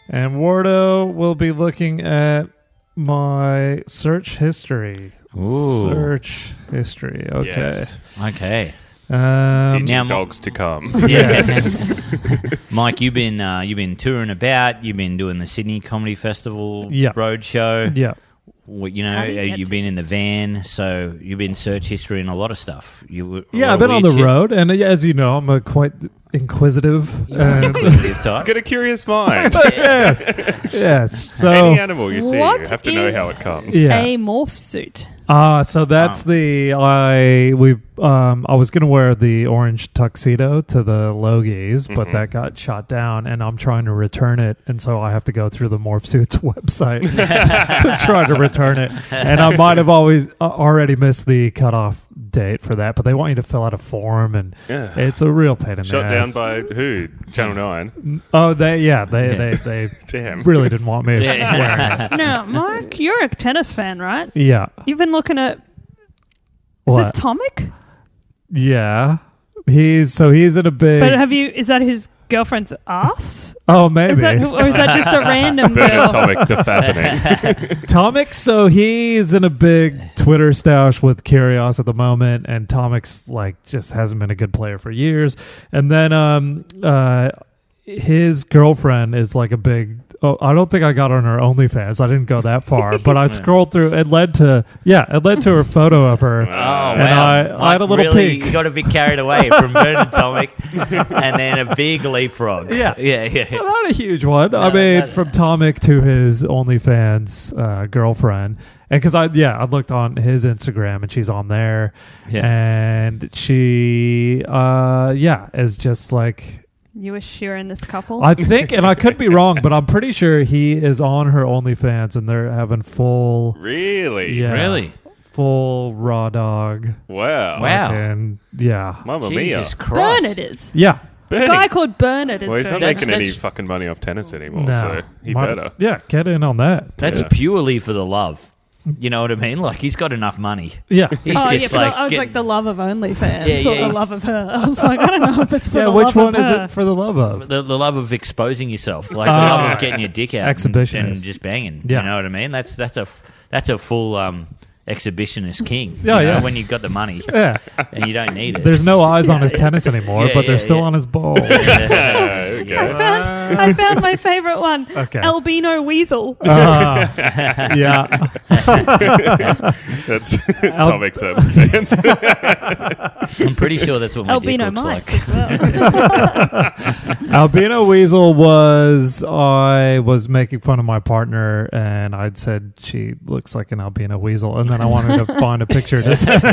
S2: And Wardo will be looking at my search history.
S3: Ooh.
S2: Search history. Okay.
S5: Yes.
S3: Okay.
S2: Um,
S5: Teaching
S3: Now, my- [LAUGHS]
S5: dogs to [LAUGHS] come.
S2: [LAUGHS]
S3: Yes. Mike, you've been uh, you've been touring about. You've been doing the Sydney Comedy Festival
S2: Yeah.
S3: road show.
S2: yeah.
S3: Well, you know,
S4: How do you
S3: uh,
S4: get
S3: you've
S4: to
S3: been in the van, so you've been search history and a lot of stuff. You were- a
S2: Yeah, I've
S3: lot of
S2: been on the
S3: weird shit.
S2: road, and uh, yeah, as you know, I'm a quite inquisitive. and-
S3: [LAUGHS] Inquisitive type.
S5: Get a curious mind.
S2: [LAUGHS] yes, yes.
S5: Any
S2: So,
S5: animal you see,
S4: What
S5: you have to know
S4: is-
S5: how it comes.
S2: Yeah.
S4: A morph
S3: [LAUGHS]
S4: suit.
S2: uh, so that's the I we um I was gonna wear the orange tuxedo to the Logies,
S5: Mm-hmm.
S2: but that got shot down, and I'm trying to return it, and so I have to go through the Morph Suits [LAUGHS] website to try to return it, and I might have always uh, already missed the cutoff date for that, but they want you to fill out a form, and
S5: Yeah.
S2: it's a real pain in
S5: Shot
S2: the
S5: down
S2: ass.
S5: by who? Channel 9.
S2: oh, they yeah they
S3: Yeah.
S2: they they
S5: Damn.
S2: really didn't want me
S3: [LAUGHS] Yeah.
S2: wearing it.
S4: No, Mark, you're a tennis fan, right?
S2: Yeah.
S4: You've been looking at. Is
S2: What?
S4: this Tomic?
S2: Yeah. He's so he's in a big.
S4: But have you? Is that his girlfriend's ass?
S2: oh, maybe
S4: Is that, who- or is that just
S2: [LAUGHS]
S4: a random [LAUGHS] girl?
S5: Atomic, the fappening.
S2: Tomic. So he's in a big Twitter stoush with Kyrgios at the moment, and Tomic's like just hasn't been a good player for years. And then um uh his girlfriend is like a big. Oh, I don't think I got on her OnlyFans. I didn't go that far, but I scrolled through. It led to yeah, it led to her photo of her.
S3: Oh, wow.
S5: Uh,
S2: And I- I had a
S3: Mike
S2: little
S3: really
S2: peek.
S3: got a bit carried away
S2: [LAUGHS]
S3: from Bernard Tomic and then a big leapfrog.
S2: Yeah.
S3: [LAUGHS] Yeah, yeah.
S2: not a huge one. I
S3: No,
S2: mean,
S3: no, no.
S2: from Tomic to his OnlyFans uh, girlfriend, and because I yeah, I looked on his Instagram and she's on there,
S3: Yeah.
S2: and she uh yeah is just like
S4: You were sharing this couple.
S2: I think, and I could be wrong, but I'm pretty sure he is on her OnlyFans, and they're having full,
S5: Really?
S2: yeah,
S3: Really?
S2: full raw dog,
S5: Wow.
S3: Wow.
S2: and yeah,
S5: Mamma mia.
S3: Jesus Christ.
S4: Bernard is.
S2: yeah.
S5: Bernie.
S4: Guy called Bernard is.
S5: well, he's not
S4: doing
S3: That's-
S5: making any
S3: that's-
S5: fucking money off tennis anymore, so he
S2: Might-
S5: better.
S2: [LAUGHS] Yeah, get in on that.
S3: That's
S5: Yeah.
S3: purely for the love. You know what I mean? Like he's got enough money.
S2: Yeah.
S3: He's
S4: oh, yeah,
S3: just
S4: but
S3: like,
S4: I was
S3: getting-
S4: like the love of OnlyFans
S3: Yeah,
S4: or
S3: yeah,
S4: the
S3: he's-
S4: love of her. I was like, I don't know if it's for
S2: yeah,
S4: the love
S2: which one
S4: of
S2: is
S4: her.
S2: it for the love of?
S3: the, the love of exposing yourself, like the
S2: Ah.
S3: love of getting your dick out, and-
S2: Exhibitionist.
S3: and, just banging.
S2: Yeah.
S3: You know what I mean? That's that's a f- that's a full um, exhibitionist king. you
S2: Yeah,
S3: know,
S2: yeah.
S3: When you've got the money
S2: [LAUGHS] Yeah.
S3: and you don't need it.
S2: There's
S3: [LAUGHS]
S2: no eyes on his tennis anymore,
S3: Yeah,
S2: but they're
S3: yeah,
S2: still
S3: yeah.
S2: on
S3: [LAUGHS]
S2: his ball.
S5: Yeah, there we go.
S4: I found, I found my
S2: [LAUGHS]
S4: favorite one.
S2: Okay.
S4: Albino
S2: [LAUGHS]
S4: weasel.
S2: Ah,
S3: [LAUGHS]
S2: yeah.
S5: [LAUGHS]
S2: [LAUGHS]
S5: That's Tom except fans.
S3: I'm pretty sure that's what my
S4: Albino
S3: dick looks
S4: mice
S3: like.
S4: as well. [LAUGHS]
S2: Albino Weasel was I was making fun of my partner and I'd said she looks like an albino weasel and then I wanted
S3: [LAUGHS]
S2: to find a picture to send.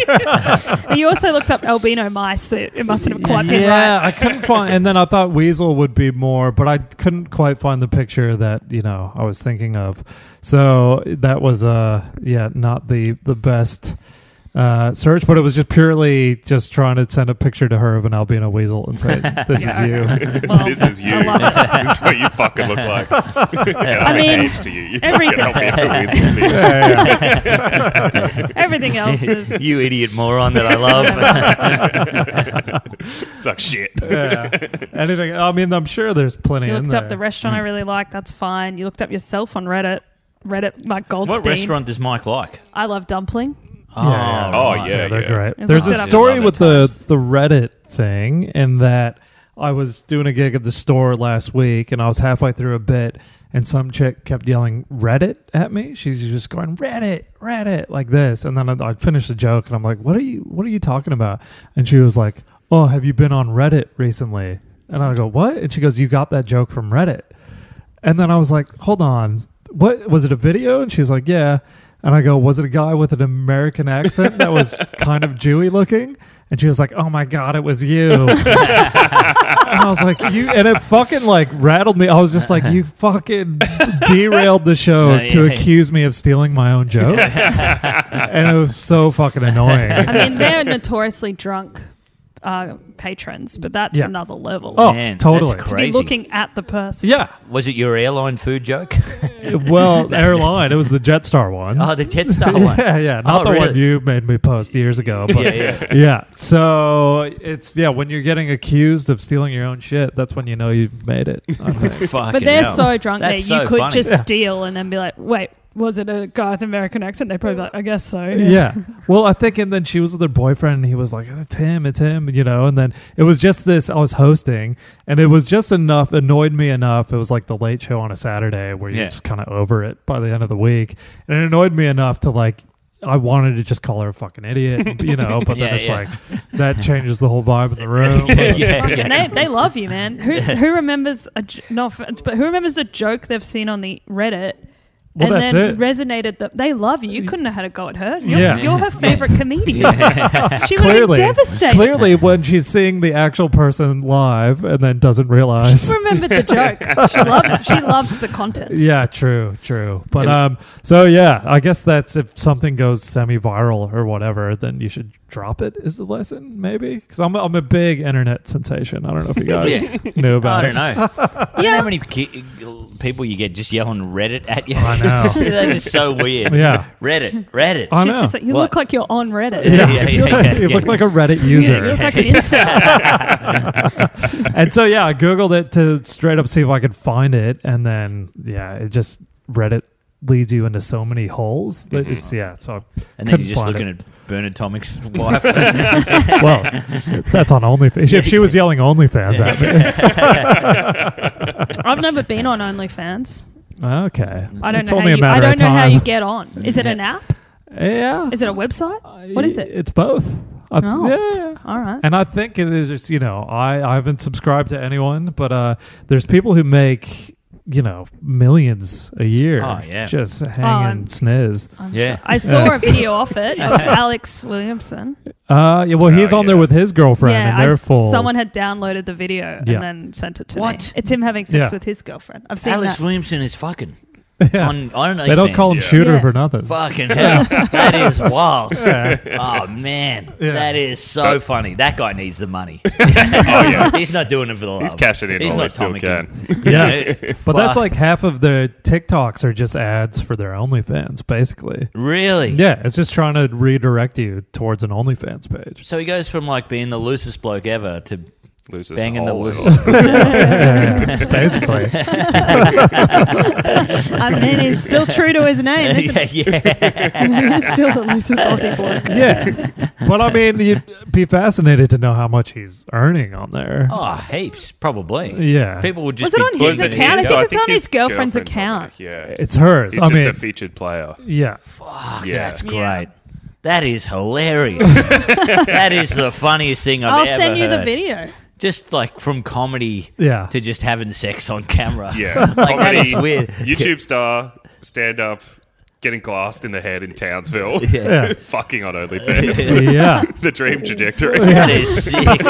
S4: and [LAUGHS] you also looked up albino mice. So it it must have quite been
S2: yeah,
S4: right.
S2: I couldn't find and then I thought weasel would be more, but I couldn't quite find the picture that, you know, I was thinking of. So that was uh yeah, not the the best uh, search, but it was just purely just trying to send a picture to her of an albino weasel and
S5: [LAUGHS]
S2: say, "This is you."
S4: Well,
S5: this is you.
S4: I love it.
S5: [LAUGHS] this is what you fucking
S4: [LAUGHS]
S5: look
S2: [LAUGHS]
S5: like. [LAUGHS] I
S4: mean,
S5: to you. You
S4: everything-
S5: fucking albino weasel bitch.
S4: Everything else
S2: [LAUGHS]
S3: [LAUGHS]
S4: is.
S3: you idiot moron that
S4: [LAUGHS]
S3: I love.
S2: [LAUGHS]
S5: Suck shit.
S2: yeah. Anything? I mean, I'm sure there's plenty.
S4: You
S2: in
S4: looked
S2: there.
S4: up the restaurant I
S2: Hmm.
S4: really like. That's fine. You looked up yourself on Reddit. Reddit, Mike Goldstein.
S3: [LAUGHS] what restaurant does Mike like?
S4: I love dumpling.
S3: Oh,
S2: yeah.
S5: Oh,
S3: right.
S5: yeah.
S2: they're great.
S4: It's
S2: There's
S4: like
S2: a
S4: set up
S2: story
S3: other
S2: with the
S4: types.
S2: the Reddit thing, in that I was doing a gig at the store last week, and I was halfway through a bit, and some chick kept yelling Reddit at me. She's just going Reddit, Reddit, like this, and then I, I finished the joke, and I'm like, "What are you? What are you talking about?" And she was like, "Oh, have you been on Reddit recently?" And I go, "What?" And she goes, "You got that joke from Reddit." And then I was like, hold on, what was it a video? And she's like, yeah. And I go, was it a guy with an American accent that was kind of Jewy looking? And she was like, oh my God, it was
S3: [LAUGHS]
S2: you. and I was like, you, and it fucking like rattled me. I was just like, you
S3: [LAUGHS]
S2: fucking derailed the show
S3: Yeah,
S2: to
S3: yeah.
S2: accuse me of stealing my own
S3: [LAUGHS]
S2: joke. and it was so fucking annoying.
S4: I mean, they're [LAUGHS] notoriously drunk uh, patrons, but that's
S2: Yeah.
S4: another level.
S2: Oh,
S3: Man,
S2: totally.
S3: That's
S4: to be
S3: crazy.
S4: looking at the person.
S2: Yeah.
S3: Was it your airline food joke? [LAUGHS]
S2: Well, airline, it was the Jetstar one.
S3: oh, the
S2: [LAUGHS]
S3: Jetstar one.
S2: Yeah, yeah. Not
S3: Oh,
S2: the one
S3: really?
S2: you made me post years ago. But
S3: Yeah,
S2: [LAUGHS]
S3: yeah. [LAUGHS]
S2: yeah. So it's yeah, when you're getting accused of stealing your own shit, that's when you know you made
S3: [LAUGHS]
S2: it. I think.
S4: But
S3: Fucking
S4: they're
S3: hell.
S4: so drunk that you
S3: That's so
S4: could
S3: funny.
S4: just steal and then be like, wait, was it a guy with American accent? They're probably like, I guess so.
S2: yeah. Well, I think, and then she was with her boyfriend, and he was like, "It's him, it's him," you know. And then it was just this. I was hosting, and it was just enough annoyed me enough. It was like the late show on a Saturday where you're
S3: Yeah.
S2: just kind of over it by the end of the week, and it annoyed me enough to like. I wanted to just call her a fucking idiot, you
S3: [LAUGHS]
S2: know, but then
S3: Yeah,
S2: it's
S3: yeah.
S2: like that changes the whole vibe of the room.
S3: [LAUGHS] yeah,
S4: Fucking-
S3: yeah.
S4: They, they love you, man. Who who remembers a j- no offense, but who remembers a joke they've seen on the Reddit
S2: Well,
S4: and
S2: that's
S4: then
S2: it.
S4: resonated that they love you. You couldn't have had a go at her. You're,
S2: Yeah.
S4: you're her favorite comedian. [LAUGHS] She would have been
S2: clearly,
S4: devastated.
S2: clearly, when she's seeing the actual person live and then doesn't realize.
S4: remembered the joke.
S2: [LAUGHS]
S4: She loves she loves the content.
S2: yeah, true, true. But um, so yeah, I guess that's if something goes semi-viral or whatever, then you should drop it. Is the lesson maybe? Because I'm I'm a big internet sensation. I don't know if you guys
S3: [LAUGHS] Yeah.
S2: knew
S3: I
S2: about [LAUGHS]
S3: don't
S2: it.
S3: know. You know
S4: Yeah.
S3: how many ki- people you get just yelling Reddit at you? [LAUGHS]
S2: I know.
S3: that is so weird.
S2: Yeah.
S3: Reddit, Reddit.
S2: I
S4: She's
S2: know.
S4: just like, you
S3: What?
S4: look like you're on Reddit.
S3: [LAUGHS] Yeah,
S2: [LAUGHS]
S3: yeah,
S2: you
S3: yeah, yeah,
S2: look
S3: yeah.
S2: like a Reddit
S4: You
S2: user.
S4: look like
S3: [LAUGHS]
S4: an incel.
S2: and so yeah, I googled it to straight up see if I could find it, and then yeah, it just Reddit leads you into so many holes that it's yeah. So I
S3: And then
S2: couldn't
S3: you're just
S2: find
S3: looking
S2: it.
S3: at Bernard Tomic's wife.
S2: [LAUGHS]
S3: [LAUGHS]
S2: well, that's on OnlyFans. If she was yelling OnlyFans at me,
S3: [LAUGHS]
S4: I've never been on OnlyFans.
S2: okay.
S4: I don't
S2: it's
S4: know.
S2: only
S4: how you,
S2: a
S4: I
S2: matter
S4: don't
S2: of
S4: know
S2: time.
S4: how you get on. Is it an app?
S2: Yeah.
S4: Is it a website? What is it?
S2: It's both. I th-
S4: Oh.
S2: Yeah.
S4: All right.
S2: And I think it is. It's you know, I I haven't subscribed to anyone, but uh, there's people who make you know, millions a year.
S3: Oh, yeah.
S2: Just hanging
S4: I'm-
S2: sniz.
S4: I'm
S3: Yeah.
S4: sure- I
S2: [LAUGHS]
S4: saw a video of it of Alex Williamson.
S2: Uh, yeah, well, he's
S5: Oh,
S2: on there
S5: yeah.
S2: with his girlfriend,
S4: yeah,
S2: and
S4: I
S2: they're
S4: s-
S2: full.
S4: someone had downloaded the video
S2: Yeah.
S4: and then sent it to
S3: What?
S4: me. It's him having sex
S2: Yeah.
S4: with his girlfriend. I've seen
S3: Alex
S4: that.
S3: Williamson is fucking.
S2: Yeah.
S3: On, on
S2: they don't call him
S5: Yeah.
S2: shooter
S4: Yeah.
S2: for nothing.
S3: Fucking hell.
S2: [LAUGHS]
S3: that is wild. Oh, man. That is so funny. That guy needs the
S5: [LAUGHS]
S3: money. oh, yeah. [LAUGHS] He's not doing it for the love.
S5: He's cashing in while he still
S3: Tom
S5: can.
S3: [LAUGHS] Hickey.
S2: Yeah.
S3: Yeah.
S2: But that's like half of their TikToks are just ads for their OnlyFans, basically.
S3: Really?
S2: Yeah, it's just trying to redirect you towards an OnlyFans page.
S3: So he goes from like being the loosest bloke ever to
S5: Loses
S3: banging the
S5: all in [LAUGHS]
S3: loosest.
S4: [LAUGHS]
S2: [LAUGHS]
S3: [LAUGHS]
S2: basically.
S4: I mean, he's still true to his name. Isn't
S3: [LAUGHS] yeah, yeah.
S4: he? [LAUGHS] he's
S3: [LAUGHS]
S4: still the loser Aussie boy.
S2: Yeah. But I mean, you'd be fascinated to know how much he's earning on there.
S3: Oh, heaps, probably.
S2: Yeah.
S3: People would just
S4: Was it
S3: be
S4: on
S5: Was
S4: his
S5: it
S4: account?
S5: his?
S4: I think it's on
S5: his
S4: his girlfriend's
S5: girlfriend's on there. Yeah.
S2: It's hers.
S5: He's
S2: I
S5: just
S2: mean,
S5: a featured player.
S4: [LAUGHS]
S2: yeah.
S3: Fuck,
S5: Yeah.
S3: that's great.
S4: Yeah.
S3: That is hilarious.
S4: [LAUGHS]
S3: that is the funniest thing I've
S4: I'll
S3: ever
S4: send you the
S3: heard.
S4: video.
S3: Just like from comedy
S2: Yeah.
S3: to just having sex on camera. [LAUGHS]
S5: Yeah.
S3: like that
S5: Comedy,
S3: is weird.
S5: YouTube star, stand up, getting glassed in the head in
S3: [LAUGHS]
S5: Townsville,
S2: Yeah.
S5: [LAUGHS] fucking on OnlyFans.
S2: yeah.
S5: the dream trajectory.
S2: [LAUGHS]
S3: That is sick.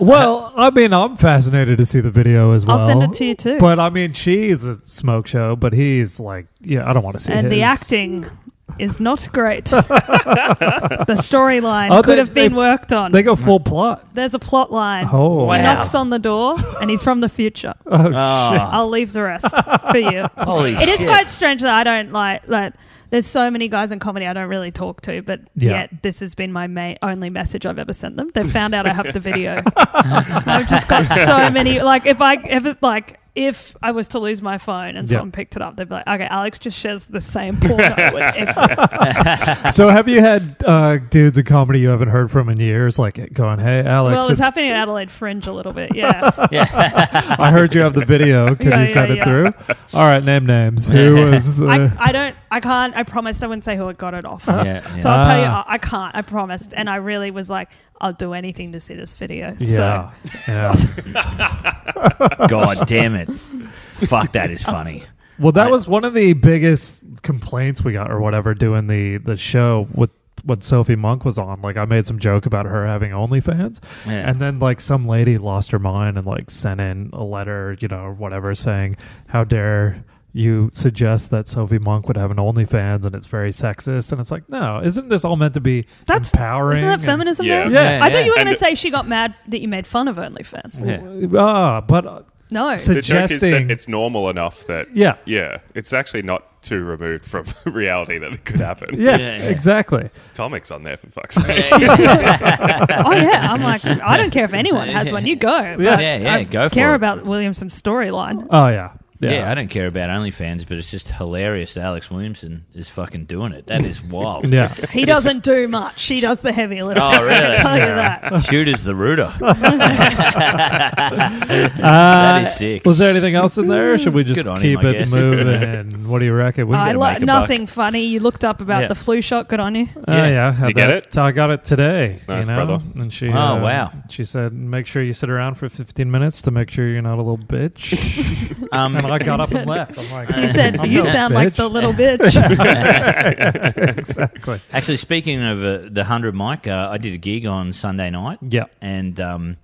S2: Well, I mean, I'm fascinated to see the video as well.
S4: I'll send it to you too.
S2: But I mean, she's a smoke show, but he's like, yeah, I don't want to see
S4: and the
S2: his-
S4: acting is not
S2: [LAUGHS]
S4: great. the storyline
S2: Oh,
S4: could
S2: they-
S4: have been
S2: they-
S4: worked on.
S2: They go
S4: [LAUGHS]
S2: full plot.
S4: There's a plot line.
S2: Oh.
S3: Wow.
S4: Knocks on the door, and he's from the future.
S3: Oh,
S4: I'll leave the rest for
S2: [LAUGHS]
S4: you.
S3: holy
S4: It
S3: shit.
S4: is quite strange that I don't like that. There's so many guys in comedy I don't really talk to, but
S2: Yeah.
S4: yet this has been my ma- only message I've ever sent them. They've found out I have the
S2: [LAUGHS]
S4: video. I've just got so many. Like if I if it, like if I was to lose my phone and
S2: Yeah.
S4: someone picked it up, they'd be like, "Okay, Alex just shares the same porno
S2: [LAUGHS]
S4: with everyone."
S2: so have you had uh, dudes in comedy you haven't heard from in years, like going, "Hey, Alex,
S4: Well, it was
S2: it's-
S4: happening at Adelaide Fringe a little bit. Yeah,
S2: I heard you have the
S4: [LAUGHS]
S2: video. Can
S4: Yeah,
S2: you send
S4: yeah,
S2: it
S4: yeah.
S2: through?" All right, name names. Who was? Uh,
S4: [LAUGHS] I, I don't. I can't. I promised I wouldn't say who it got it off.
S3: Yeah, yeah.
S4: So I'll tell you, I,
S2: Ah.
S4: I can't. I promised, and I really was like, I'll do anything to see this video. So
S2: yeah,
S4: [LAUGHS]
S2: yeah. [LAUGHS]
S3: God damn it. Fuck, that is funny.
S2: Well, that
S3: I-
S2: was one of the biggest complaints we got, or whatever, doing the the show with when Sophie Monk was on. Like, I made some joke about her having OnlyFans,
S3: Yeah.
S2: and then like some lady lost her mind and like sent in a letter, you know, or whatever, saying, "How dare." You suggest that Sophie Monk would have an OnlyFans, and it's very sexist. And it's like, no, isn't this all meant to be
S4: that's
S2: empowering?
S4: Isn't that
S2: and-
S4: feminism?
S5: Yeah.
S4: Yeah.
S2: Yeah.
S4: I thought you were going
S5: And-
S4: to say she got mad that you made fun of OnlyFans.
S3: Yeah.
S2: Ah, but uh,
S4: No.
S2: So-
S5: the joke is that
S2: Suggesting-
S5: it's normal enough that
S2: Yeah.
S5: yeah, it's actually not too removed from [LAUGHS] reality that it could happen.
S2: yeah,
S3: Yeah, yeah.
S2: exactly.
S5: Tomic's on there for fuck's sake.
S4: oh yeah, I'm like, I
S2: [LAUGHS]
S4: don't care if anyone has one. You go.
S2: Yeah.
S4: But
S3: Yeah, yeah,
S4: I
S3: go for
S4: Care
S3: it.
S4: about Williamson's storyline.
S2: Oh yeah,
S3: Yeah. I don't care about OnlyFans, but it's just hilarious that Alex Williamson is fucking doing it. That is wild. [LAUGHS]
S2: yeah.
S4: He doesn't do much. She does the heavy lifting.
S3: Oh,
S4: [LAUGHS]
S3: really?
S4: I can tell you
S2: Yeah. [LAUGHS]
S4: that.
S3: Shooter's the rooter. [LAUGHS]
S2: Uh,
S3: is sick.
S2: Was there anything else in there? or should we just
S3: Good on
S2: keep
S3: him, I
S2: it
S3: guess. [LAUGHS]
S2: moving? what do you reckon? We
S4: Oh, I
S2: can-
S4: lo-
S3: make a buck.
S4: nothing funny. You looked up about
S3: Yeah.
S4: the flu shot. Good on you.
S2: Oh, yeah, I had
S5: You get
S2: that.
S5: it?
S2: I got it today.
S5: Nice,
S2: you know?
S5: brother.
S2: And she,
S3: Oh,
S2: uh,
S3: wow.
S2: She said, "Make sure you sit around for 15 minutes to make sure you're not a little bitch."
S4: [LAUGHS]
S3: Um,
S2: and I got up
S3: [LAUGHS]
S2: and left. I'm like, [LAUGHS]
S4: You said
S2: I'm
S4: you
S2: not a
S4: sound like
S2: bitch.
S4: the little
S2: [LAUGHS]
S4: bitch.
S2: exactly.
S3: Actually, speaking of uh, the 100 mic, uh, I did a gig on Sunday night.
S2: Yeah.
S3: And um,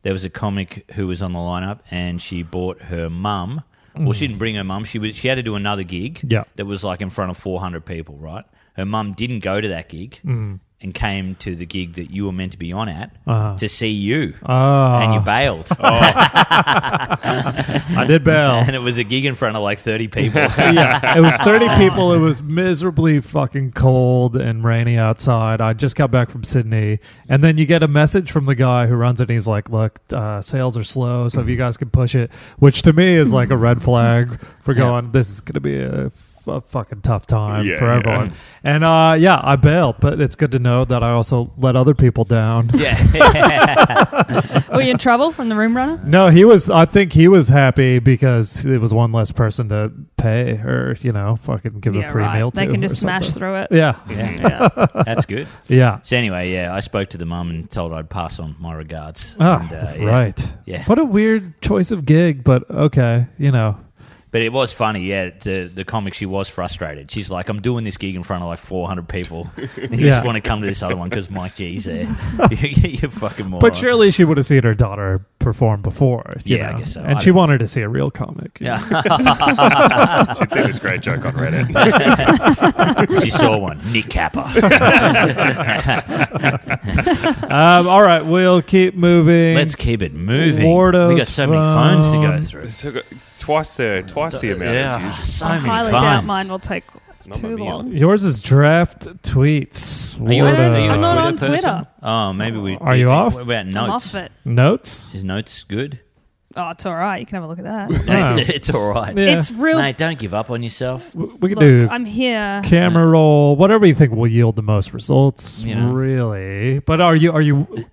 S3: there was a comic who was on the lineup, and she bought her mum. Well, she didn't bring her mum. She was she had to do another gig.
S2: Mm. Yeah.
S3: That was like in front of 400 people, right? Her mum didn't go to that gig
S2: Mm.
S3: and came to the gig that you were meant to be on at to see you.
S2: Uh-huh. Ah,
S3: and
S2: [LAUGHS]
S3: you bailed.
S2: I did bail.
S3: [LAUGHS] and it was a gig in front of like
S2: [LAUGHS]
S3: 30 people. [LAUGHS]
S2: yeah, it was 30 people. It was miserably fucking cold and rainy outside. I just got back from Sydney. And then you get a message from the guy who runs it, and he's like, Look, uh, sales are slow, so if you guys can push it, which to me is like a red flag for going, This is going to be a a fucking tough time
S5: Yeah,
S2: for
S5: yeah.
S2: everyone. And uh, yeah, I bailed, but it's good to know that I also let other people down.
S3: [LAUGHS]
S5: [LAUGHS]
S3: Yeah.
S4: Were you in trouble from the room runner?
S2: No, he was. I think he was happy because it was one less person to pay, or you know, fucking give a free meal to.
S4: They can
S2: or
S4: just smash
S2: something.
S4: through it.
S2: Yeah,
S3: yeah. That's good.
S2: yeah.
S3: So anyway, yeah, I spoke to the mum and told her I'd pass on my regards.
S2: Oh,
S3: and, uh, yeah.
S2: right.
S3: Yeah.
S2: What a weird choice of gig, but okay, you know.
S3: But it was funny, yeah. The, the comic, she was frustrated. She's like, I'm doing this gig in front of like 400 people. [LAUGHS] And you
S2: Yeah.
S3: just want to come to this other one because Mike
S2: [LAUGHS]
S3: G's there. [LAUGHS] you fucking moron.
S2: But surely she would have seen her daughter perform before. you
S3: uh, Yeah, I
S2: know?
S3: guess so.
S2: And
S3: I
S2: she
S3: don't-
S2: wanted to see a real comic. you know?
S3: [LAUGHS] Yeah.
S5: [LAUGHS] She'd seen this great joke on
S3: [LAUGHS]
S5: Reddit.
S3: she saw one. Nick
S5: [LAUGHS]
S3: Kappa. [LAUGHS]
S2: um, all right, we'll keep moving.
S3: Let's keep it moving. we got
S2: Wardo's
S3: so many phones to go
S2: phone.
S3: through.
S5: [LAUGHS] So good. twice the twice the amount as
S3: yeah. [LAUGHS]
S5: usual.
S3: So
S4: I
S3: many
S4: highly
S3: phones.
S4: doubt mine will take
S5: Not my
S4: too
S5: meal. [LAUGHS]
S4: long.
S2: Yours is draft tweets.
S3: Are you,
S4: I
S3: on,
S4: don't-
S3: are you
S4: I'm not
S3: a
S4: on
S3: Twitter person?
S4: Twitter.
S3: Oh, maybe we.
S2: Are you off?
S3: What about notes?
S4: I'm off it.
S2: notes?
S3: Is notes good?
S4: Oh, it's all right. You can have a look at that.
S3: No,
S2: Oh.
S3: [LAUGHS] it's, it's all right.
S2: Yeah.
S4: It's real.
S3: Mate, don't give up on yourself.
S2: W- We can
S4: Look,
S2: do
S4: I'm here.
S2: camera roll, whatever you think will yield the most results,
S3: Yeah.
S2: really. But are you are you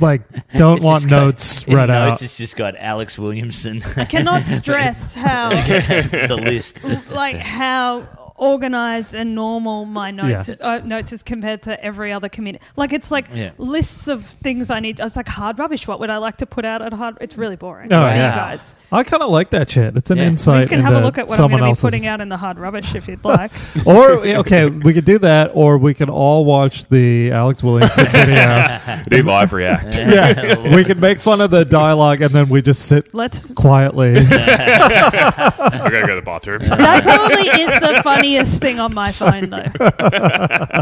S2: like don't
S3: It's
S2: want
S3: just got-
S2: notes
S3: in
S2: read
S3: notes,
S2: out?
S3: It's just got Alex Williamson. [LAUGHS]
S4: I
S2: [LAUGHS]
S4: cannot stress how
S3: the list.
S4: like how organized and normal my notes
S2: Yeah.
S4: is, uh, notes is compared to every other community. Like it's like
S3: Yeah.
S4: lists of things I need. I was like hard rubbish. What would I like to put out at hard? It's really boring.
S2: Oh,
S4: for you
S2: yeah.
S4: guys.
S2: I kind of like that shit. It's an
S3: Yeah. We
S2: insight.
S4: You can have a
S2: into
S4: look at what I'm
S2: someone
S4: going to be
S2: else's-
S4: putting out in the hard rubbish if you'd like.
S2: [LAUGHS] or yeah, okay, we could do that, or we can all watch the Alex
S4: [LAUGHS]
S2: Williamson video.
S5: Do live react.
S2: yeah, we can make fun of the dialogue, and then we just sit
S4: Let's.
S2: quietly.
S4: [LAUGHS]
S5: I gotta go to the bathroom.
S4: That probably is the funniest thing on my phone though.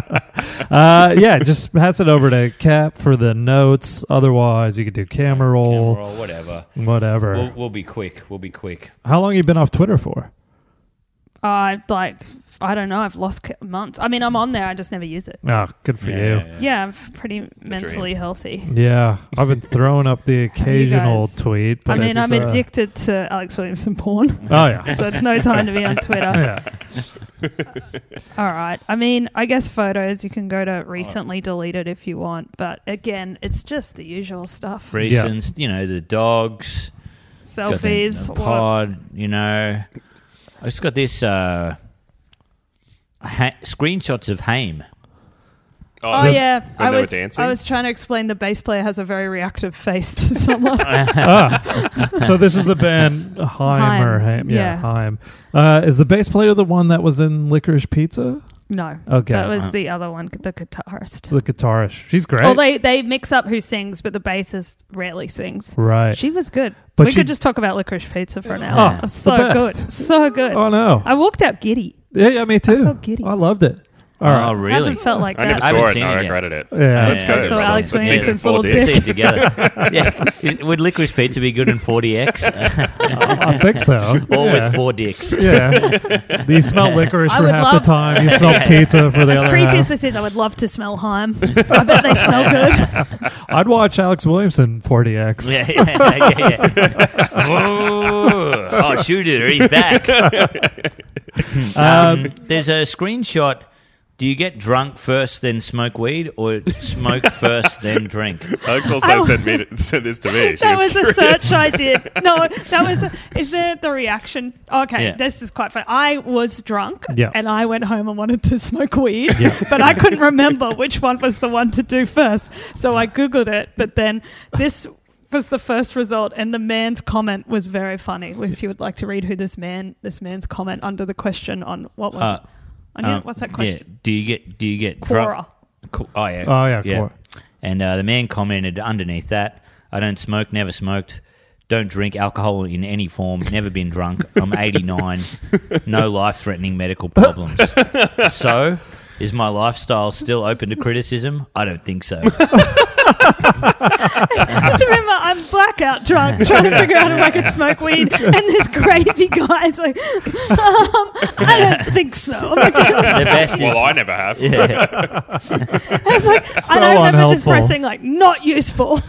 S2: Uh, yeah, just pass it over to Cap for the notes. Otherwise, you could do camera roll,
S3: Camera roll, whatever.
S2: whatever.
S3: We'll, we'll be quick. We'll be quick.
S2: How long you been off Twitter for?
S4: I like. I don't know. I've lost c- months. I mean, I'm on there. I just never use it.
S2: Ah, good for you.
S3: yeah.
S4: Yeah, I'm f- pretty mentally healthy.
S2: Yeah, I've been
S4: [LAUGHS]
S2: throwing up the occasional
S4: guys-
S2: tweet.
S4: I
S2: But
S4: mean, I'm
S2: it's, uh,
S4: addicted to Alex Williamson porn, [LAUGHS]
S2: Oh yeah,
S4: so it's no time to be on Twitter.
S2: [LAUGHS] yeah.
S4: All right. I mean, I guess photos you can go to recently deleted if you want, but again, it's just the usual stuff.
S3: Reasons, you know, the dogs. got the-
S4: Selfies.
S3: the
S4: a lot of-
S3: pod, you know. I just got this uh, ha- screenshots of Haim.
S4: Oh
S5: the-
S4: yeah, I
S5: they were
S4: was
S5: dancing?
S4: I was trying to explain the bass player has a very reactive face to someone.
S2: Ah. so this is the band Heim or
S4: Haim,
S2: Haim. Yeah,
S4: yeah.
S2: Haim. Uh, is the bass player the one that was in Licorice Pizza?
S4: no,
S2: Okay.
S4: that was
S5: Uh-huh.
S3: Uh.
S4: the other one, the guitarist.
S2: The guitarist. She's great.
S4: Well, they they mix up who sings, but the bassist rarely sings.
S2: right.
S4: She was good.
S2: But
S4: we
S2: she-
S4: could just talk about licorice pizza for an
S2: Oh,
S4: hour.
S2: it's
S4: so
S2: the best.
S4: good, so good.
S2: oh no.
S4: I walked out giddy.
S2: yeah, yeah, me too.
S4: felt giddy.
S2: I loved it. All
S3: Oh,
S2: right.
S4: I
S3: really?
S4: haven't felt like
S5: I never
S4: that.
S3: I haven't
S5: saw it.
S3: seen
S5: No,
S3: it
S5: I
S3: yet.
S5: regretted it.
S2: Yeah.
S5: Let's go.
S4: So
S5: Rob.
S4: Alex
S5: Let's
S4: Williamson's
S5: eat it in
S4: little
S5: full
S4: dick.
S5: disc.
S3: See it
S5: [LAUGHS]
S3: together. yeah. Would licorice pizza be good
S2: [LAUGHS]
S3: in 40x?
S2: Oh, I think so.
S3: [LAUGHS] or
S2: yeah.
S3: with four dicks? [LAUGHS]
S2: yeah. you
S5: [LAUGHS]
S2: smell licorice
S4: I
S2: for
S4: would
S2: half
S4: love-
S2: the time. You
S4: [LAUGHS]
S2: smell pizza for the
S4: As
S2: other
S4: creepy
S2: half.
S4: as this is, I would love to smell Heim. I bet they smell
S5: [LAUGHS]
S4: good.
S2: I'd watch Alex Williamson 40x.
S3: [LAUGHS] Yeah, yeah, yeah, yeah. oh, oh, shoot it, he's back. um, there's a screenshot. Do you get drunk first, then smoke weed, or smoke
S4: [LAUGHS]
S3: first, then drink?
S5: Alex also
S4: I-
S5: sent me sent this to [LAUGHS] me. She
S4: that
S5: was
S4: was a
S5: curious.
S4: search
S3: [LAUGHS]
S4: I did. No, that was. A, is there the reaction? Okay,
S3: Yeah.
S4: this is quite funny. I was drunk
S2: Yeah.
S4: and I went home and wanted to [LAUGHS] smoke weed, but I couldn't remember which one was the one to do first. So I Googled it, but then this was the first result and the man's comment was very funny if you would like to read who this man this man's comment under the question on what was
S3: Uh,
S4: it on your-
S3: Um,
S4: what's that question
S3: Yeah. Do you get do you get
S4: Quora.
S3: drunk? Co- oh yeah.
S2: Oh, yeah, Quora.
S3: And uh, the man commented underneath that, "I don't smoke, never smoked." Don't drink alcohol in any form. Never been drunk. I'm 89. No life threatening medical
S2: [LAUGHS]
S3: problems. So, is my lifestyle still open
S2: [LAUGHS]
S3: to criticism? I don't think so.
S4: [LAUGHS] Just remember, I'm black out drunk, trying to figure out if I could smoke weed. and this crazy guy's like, um, I don't think so. [LAUGHS] I'm like,
S3: The best is.
S5: well, I never have.
S3: Yeah.
S4: I was like,
S2: So
S4: and I remember just
S2: unhelpful.
S4: pressing like, not [LAUGHS] useful.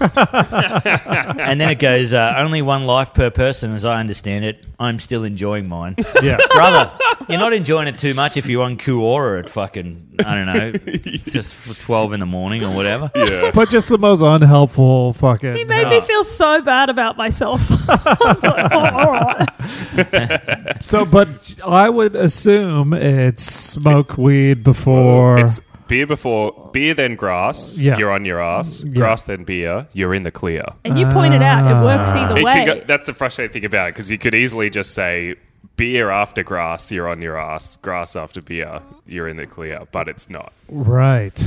S3: And then it goes uh, only one life per person, as I understand it. I'm still enjoying mine.
S2: [LAUGHS] Yeah.
S3: Brother, you're not enjoying it too much if you're on Kuora at fucking, I don't know,
S2: [LAUGHS]
S3: it's just f- 12 in the morning or whatever.
S5: Yeah.
S2: But just the most unhelpful fucking.
S4: He made me
S3: Yeah.
S4: feel so bad about myself. [LAUGHS] I was like, oh, all right.
S2: So, but I would assume it's smoke weed before.
S5: It's beer before beer, then grass.
S2: Yeah.
S5: You're on your ass. Grass, then beer. You're in the clear.
S4: And you pointed out it works either
S5: It
S4: way.
S5: could go- that's the frustrating thing about it because you could easily just say beer after grass. You're on your ass. Grass after beer. You're in the clear. But it's not
S2: right.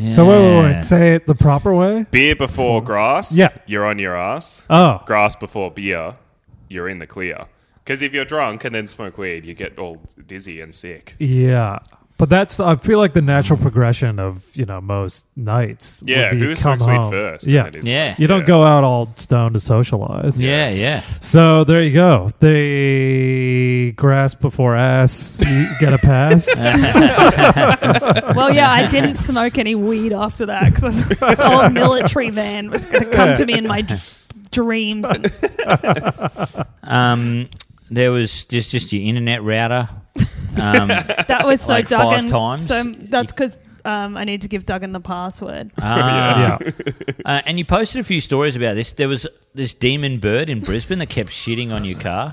S2: So wait, wait, wait. Say it the proper way.
S5: beer before grass.
S2: Yeah.
S5: You're on your ass.
S2: Oh,
S5: Grass before beer. You're in the clear. Because if you're drunk and then smoke weed, you get all dizzy and sick.
S2: yeah. But that's I feel like the natural progression of you know most nights. would
S5: Yeah,
S2: be
S5: who
S2: come
S5: smokes weed
S2: home.
S5: first?
S2: Yeah,
S5: And it is-
S3: Yeah.
S2: you don't
S5: Yeah.
S2: go out all stoned to socialize.
S3: Yeah, yeah.
S2: So there you go. The grass before ass. You get a pass. [LAUGHS]
S4: Well, yeah, I didn't smoke any weed after that because [LAUGHS] this old military man was going to come to me in my d- dreams. And
S3: Um, there was just, just your internet router.
S4: [LAUGHS]
S3: Um,
S4: that was so
S3: Like five
S4: Duggan.
S3: times?
S4: So that's because um, I need to give Duggan the password.
S3: ah.
S2: yeah.
S3: Uh, and you posted a few stories about this. There was this demon bird in Brisbane that kept shitting on your car.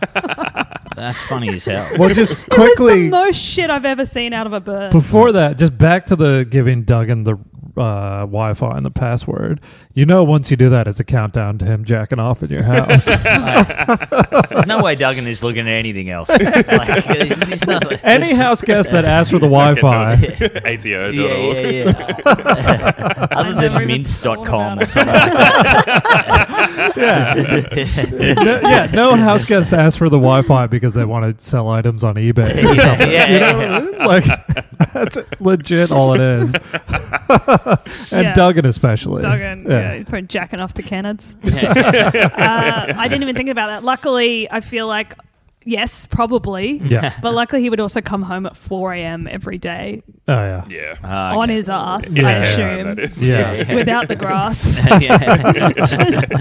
S3: That's funny as hell.
S2: Well,
S5: [LAUGHS]
S2: just
S4: It's the
S2: quickly.
S4: most shit I've ever seen out of a bird.
S2: Before that, just back to the giving Duggan the uh, Wi-Fi and the password. You know, once you do that, it's a countdown to him jacking off in your
S3: [LAUGHS]
S2: house.
S3: There's no way Duggan is looking at anything else. Like, he's- he's
S2: [LAUGHS]
S3: not-
S2: Any house guest that asks for the Wi-Fi,
S5: [LAUGHS]
S3: [LAUGHS]
S5: ATO.org.
S3: yeah, yeah, yeah.
S2: [LAUGHS]
S3: Other
S4: never
S3: than
S4: even
S3: mince.com or
S4: thought
S3: something. [LAUGHS]
S2: no, [LAUGHS]
S4: [LAUGHS]
S2: [LAUGHS] yeah, no house guest asks for the Wi-Fi because they want to sell items on eBay or something.
S3: [LAUGHS] yeah,
S2: you
S3: yeah,
S2: know what I mean? Like [LAUGHS] that's legit all
S4: [LAUGHS]
S2: it is. and
S4: Yeah.
S2: Duggan especially.
S4: Duggan, yeah, for jacking off to
S3: [LAUGHS]
S4: Kennards. uh, I didn't even think about that. Luckily, I feel like, yes, probably.
S2: Yeah.
S4: But luckily, he would also come home at 4 a.m. every day
S2: Oh yeah.
S3: [LAUGHS]
S5: [LAUGHS] Yeah.
S3: Ah,
S4: on
S3: okay.
S4: his ass,
S2: Yeah.
S4: I
S2: Yeah,
S5: that
S4: assume,
S5: is.
S2: Yeah.
S4: without the grass.
S3: [LAUGHS] yeah.
S2: [LAUGHS]